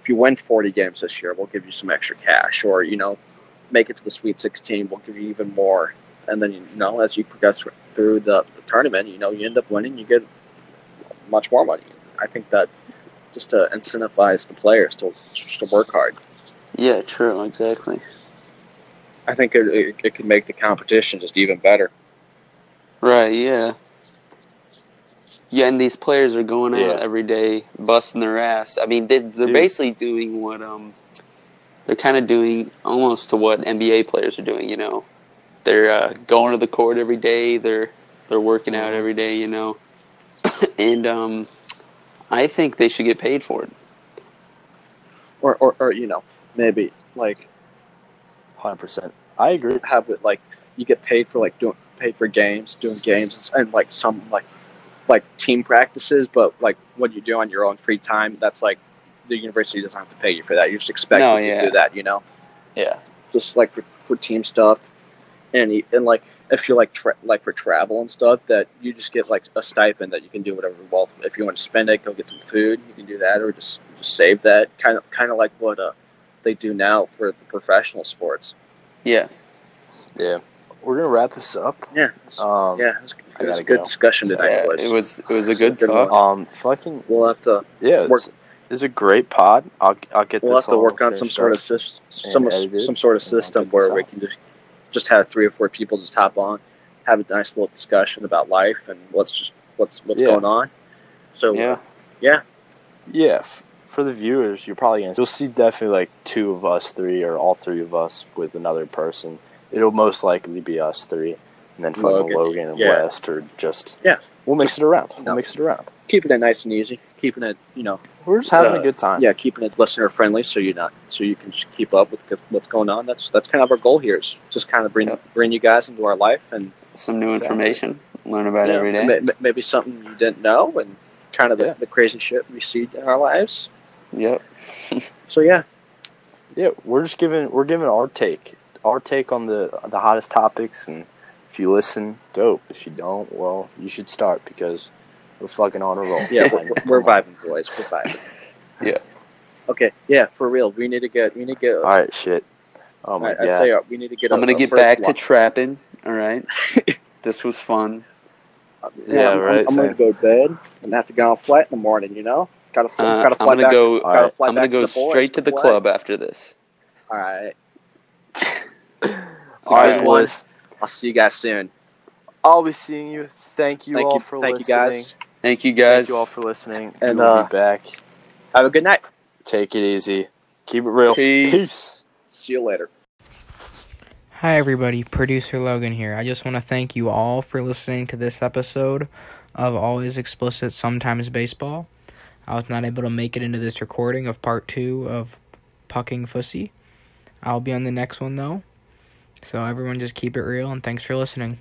Speaker 4: if you win forty games this year, we'll give you some extra cash, or you know, make it to the Sweet Sixteen, we'll give you even more, and then you know, as you progress through the, the tournament, you know, you end up winning, you get much more money. I think that just to incentivize the players to just to work hard.
Speaker 2: Yeah. True. Exactly.
Speaker 4: I think it, it, it could make the competition just even better.
Speaker 2: Right. Yeah. Yeah, and these players are going out
Speaker 1: Yeah.
Speaker 2: every day, busting their ass. I mean, they, they're
Speaker 1: Dude.
Speaker 2: basically doing what um, they're kind of doing almost to what NBA players are doing. You know, they're uh, going to the court every day. They're they're working out every day. You know, and um, I think they should get paid for it.
Speaker 4: or, or, or you know, maybe like
Speaker 1: 100%. I agree.
Speaker 4: have it like you get paid for like doing paid for games, doing games, and, like some like like team practices, but like what you do on your own free time, that's like the university doesn't have to pay you for that. You just expect
Speaker 2: No,
Speaker 4: that you
Speaker 2: yeah.
Speaker 4: do that, you know,
Speaker 2: Yeah.
Speaker 4: just like for, for team stuff, and you- and like if you like tra- like for travel and stuff, that you just get like a stipend that you can do whatever you want. If you want to spend it, go get some food, you can do that, or just just save that. Kind of kind of like what uh they do now for the professional sports.
Speaker 2: Yeah.
Speaker 1: Yeah. We're going to wrap this up.
Speaker 4: Yeah.
Speaker 1: Um,
Speaker 4: Yeah, it was,
Speaker 1: I
Speaker 4: it was a
Speaker 1: gotta
Speaker 4: good
Speaker 1: go.
Speaker 4: discussion
Speaker 1: So,
Speaker 4: tonight,
Speaker 2: yeah,
Speaker 4: boys.
Speaker 2: It was it was a
Speaker 4: It's a
Speaker 2: good
Speaker 4: good
Speaker 2: talk.
Speaker 4: one.
Speaker 1: um, fucking,
Speaker 4: We'll have to
Speaker 1: yeah, it's,
Speaker 4: Work-
Speaker 1: this is a great pod. I'll, I'll get
Speaker 4: we'll
Speaker 1: this
Speaker 4: have to
Speaker 1: all
Speaker 4: work on some
Speaker 1: finished
Speaker 4: sort
Speaker 1: up.
Speaker 4: of sys- some
Speaker 1: and edit it,
Speaker 4: some sort of
Speaker 1: and I'll
Speaker 4: system
Speaker 1: get
Speaker 4: where
Speaker 1: this
Speaker 4: we
Speaker 1: out.
Speaker 4: can just just have three or four people just hop on, have a nice little discussion about life and what's just what's what's
Speaker 1: Yeah.
Speaker 4: going on. So uh,
Speaker 2: Yeah.
Speaker 1: Yeah, f- for the viewers, you're probably gonna you'll see definitely like two of us three or all three of us with another person. It'll most likely be us three, and then fucking
Speaker 4: Logan.
Speaker 1: Logan, and
Speaker 4: Yeah.
Speaker 1: West or just
Speaker 4: Yeah.
Speaker 1: We'll mix it around. We'll
Speaker 4: No.
Speaker 1: mix it around.
Speaker 4: keeping it nice and easy, keeping it you know
Speaker 1: We're just having
Speaker 4: Uh,
Speaker 1: a good time.
Speaker 4: yeah keeping it listener friendly so you're not so you can just keep up with what's going on. That's that's kind of our goal here is just kind of bring
Speaker 2: Yeah.
Speaker 4: bring you guys into our life and
Speaker 2: Some new
Speaker 4: Exactly.
Speaker 2: information. Learn about
Speaker 4: you know,
Speaker 2: every day.
Speaker 4: ma- ma- maybe something you didn't know and kind of the,
Speaker 1: Yeah.
Speaker 4: the crazy shit we see in our lives.
Speaker 2: Yep.
Speaker 4: So yeah,
Speaker 1: yeah. We're just giving we're giving our take, our take on the the hottest topics, and if you listen, dope. If you don't, well, you should start because we're fucking on a roll.
Speaker 4: yeah,
Speaker 1: Come
Speaker 4: we're, we're
Speaker 1: on.
Speaker 4: vibing, boys. We're vibing.
Speaker 2: Yeah.
Speaker 4: Okay. Yeah, for real. We need to get. We need to get.
Speaker 1: All right, shit. Oh my
Speaker 4: I, would
Speaker 1: god.
Speaker 4: say uh, we need to get.
Speaker 2: I'm
Speaker 4: a-
Speaker 2: gonna
Speaker 4: a
Speaker 2: get
Speaker 4: first
Speaker 2: back to
Speaker 4: line.
Speaker 2: trapping. All right. this was fun.
Speaker 1: Yeah,
Speaker 4: I'm,
Speaker 1: right,
Speaker 4: I'm, I'm gonna
Speaker 1: same.
Speaker 4: go to bed and have to go on flight in the morning. You know, gotta. fl-
Speaker 2: Uh,
Speaker 4: gotta
Speaker 2: I'm
Speaker 4: fly
Speaker 2: gonna
Speaker 4: back.
Speaker 2: go.
Speaker 1: All right.
Speaker 4: fly
Speaker 2: I'm gonna
Speaker 4: back to
Speaker 2: go
Speaker 4: the boys
Speaker 2: straight to the
Speaker 4: to play.
Speaker 2: club after this.
Speaker 4: All right.
Speaker 1: All right,
Speaker 2: Alright.
Speaker 1: boys.
Speaker 4: I'll see you guys soon.
Speaker 1: I'll be seeing you. Thank you
Speaker 4: thank
Speaker 1: all
Speaker 4: you.
Speaker 1: for
Speaker 4: thank you
Speaker 1: listening.
Speaker 4: guys.
Speaker 2: Thank you
Speaker 1: Thank
Speaker 2: guys.
Speaker 1: you all for listening.
Speaker 4: And,
Speaker 1: we'll
Speaker 4: uh,
Speaker 1: be back.
Speaker 4: Have a good night.
Speaker 1: Take it easy. Keep it real.
Speaker 2: Peace.
Speaker 1: Peace.
Speaker 4: See you later.
Speaker 6: Hi, everybody. Producer Logan here. I just want to thank you all for listening to this episode of Always Explicit Sometimes Baseball. I was not able to make it into this recording of part two of Pucking Fussy. I'll be on the next one, though. So, everyone, just keep it real and thanks for listening.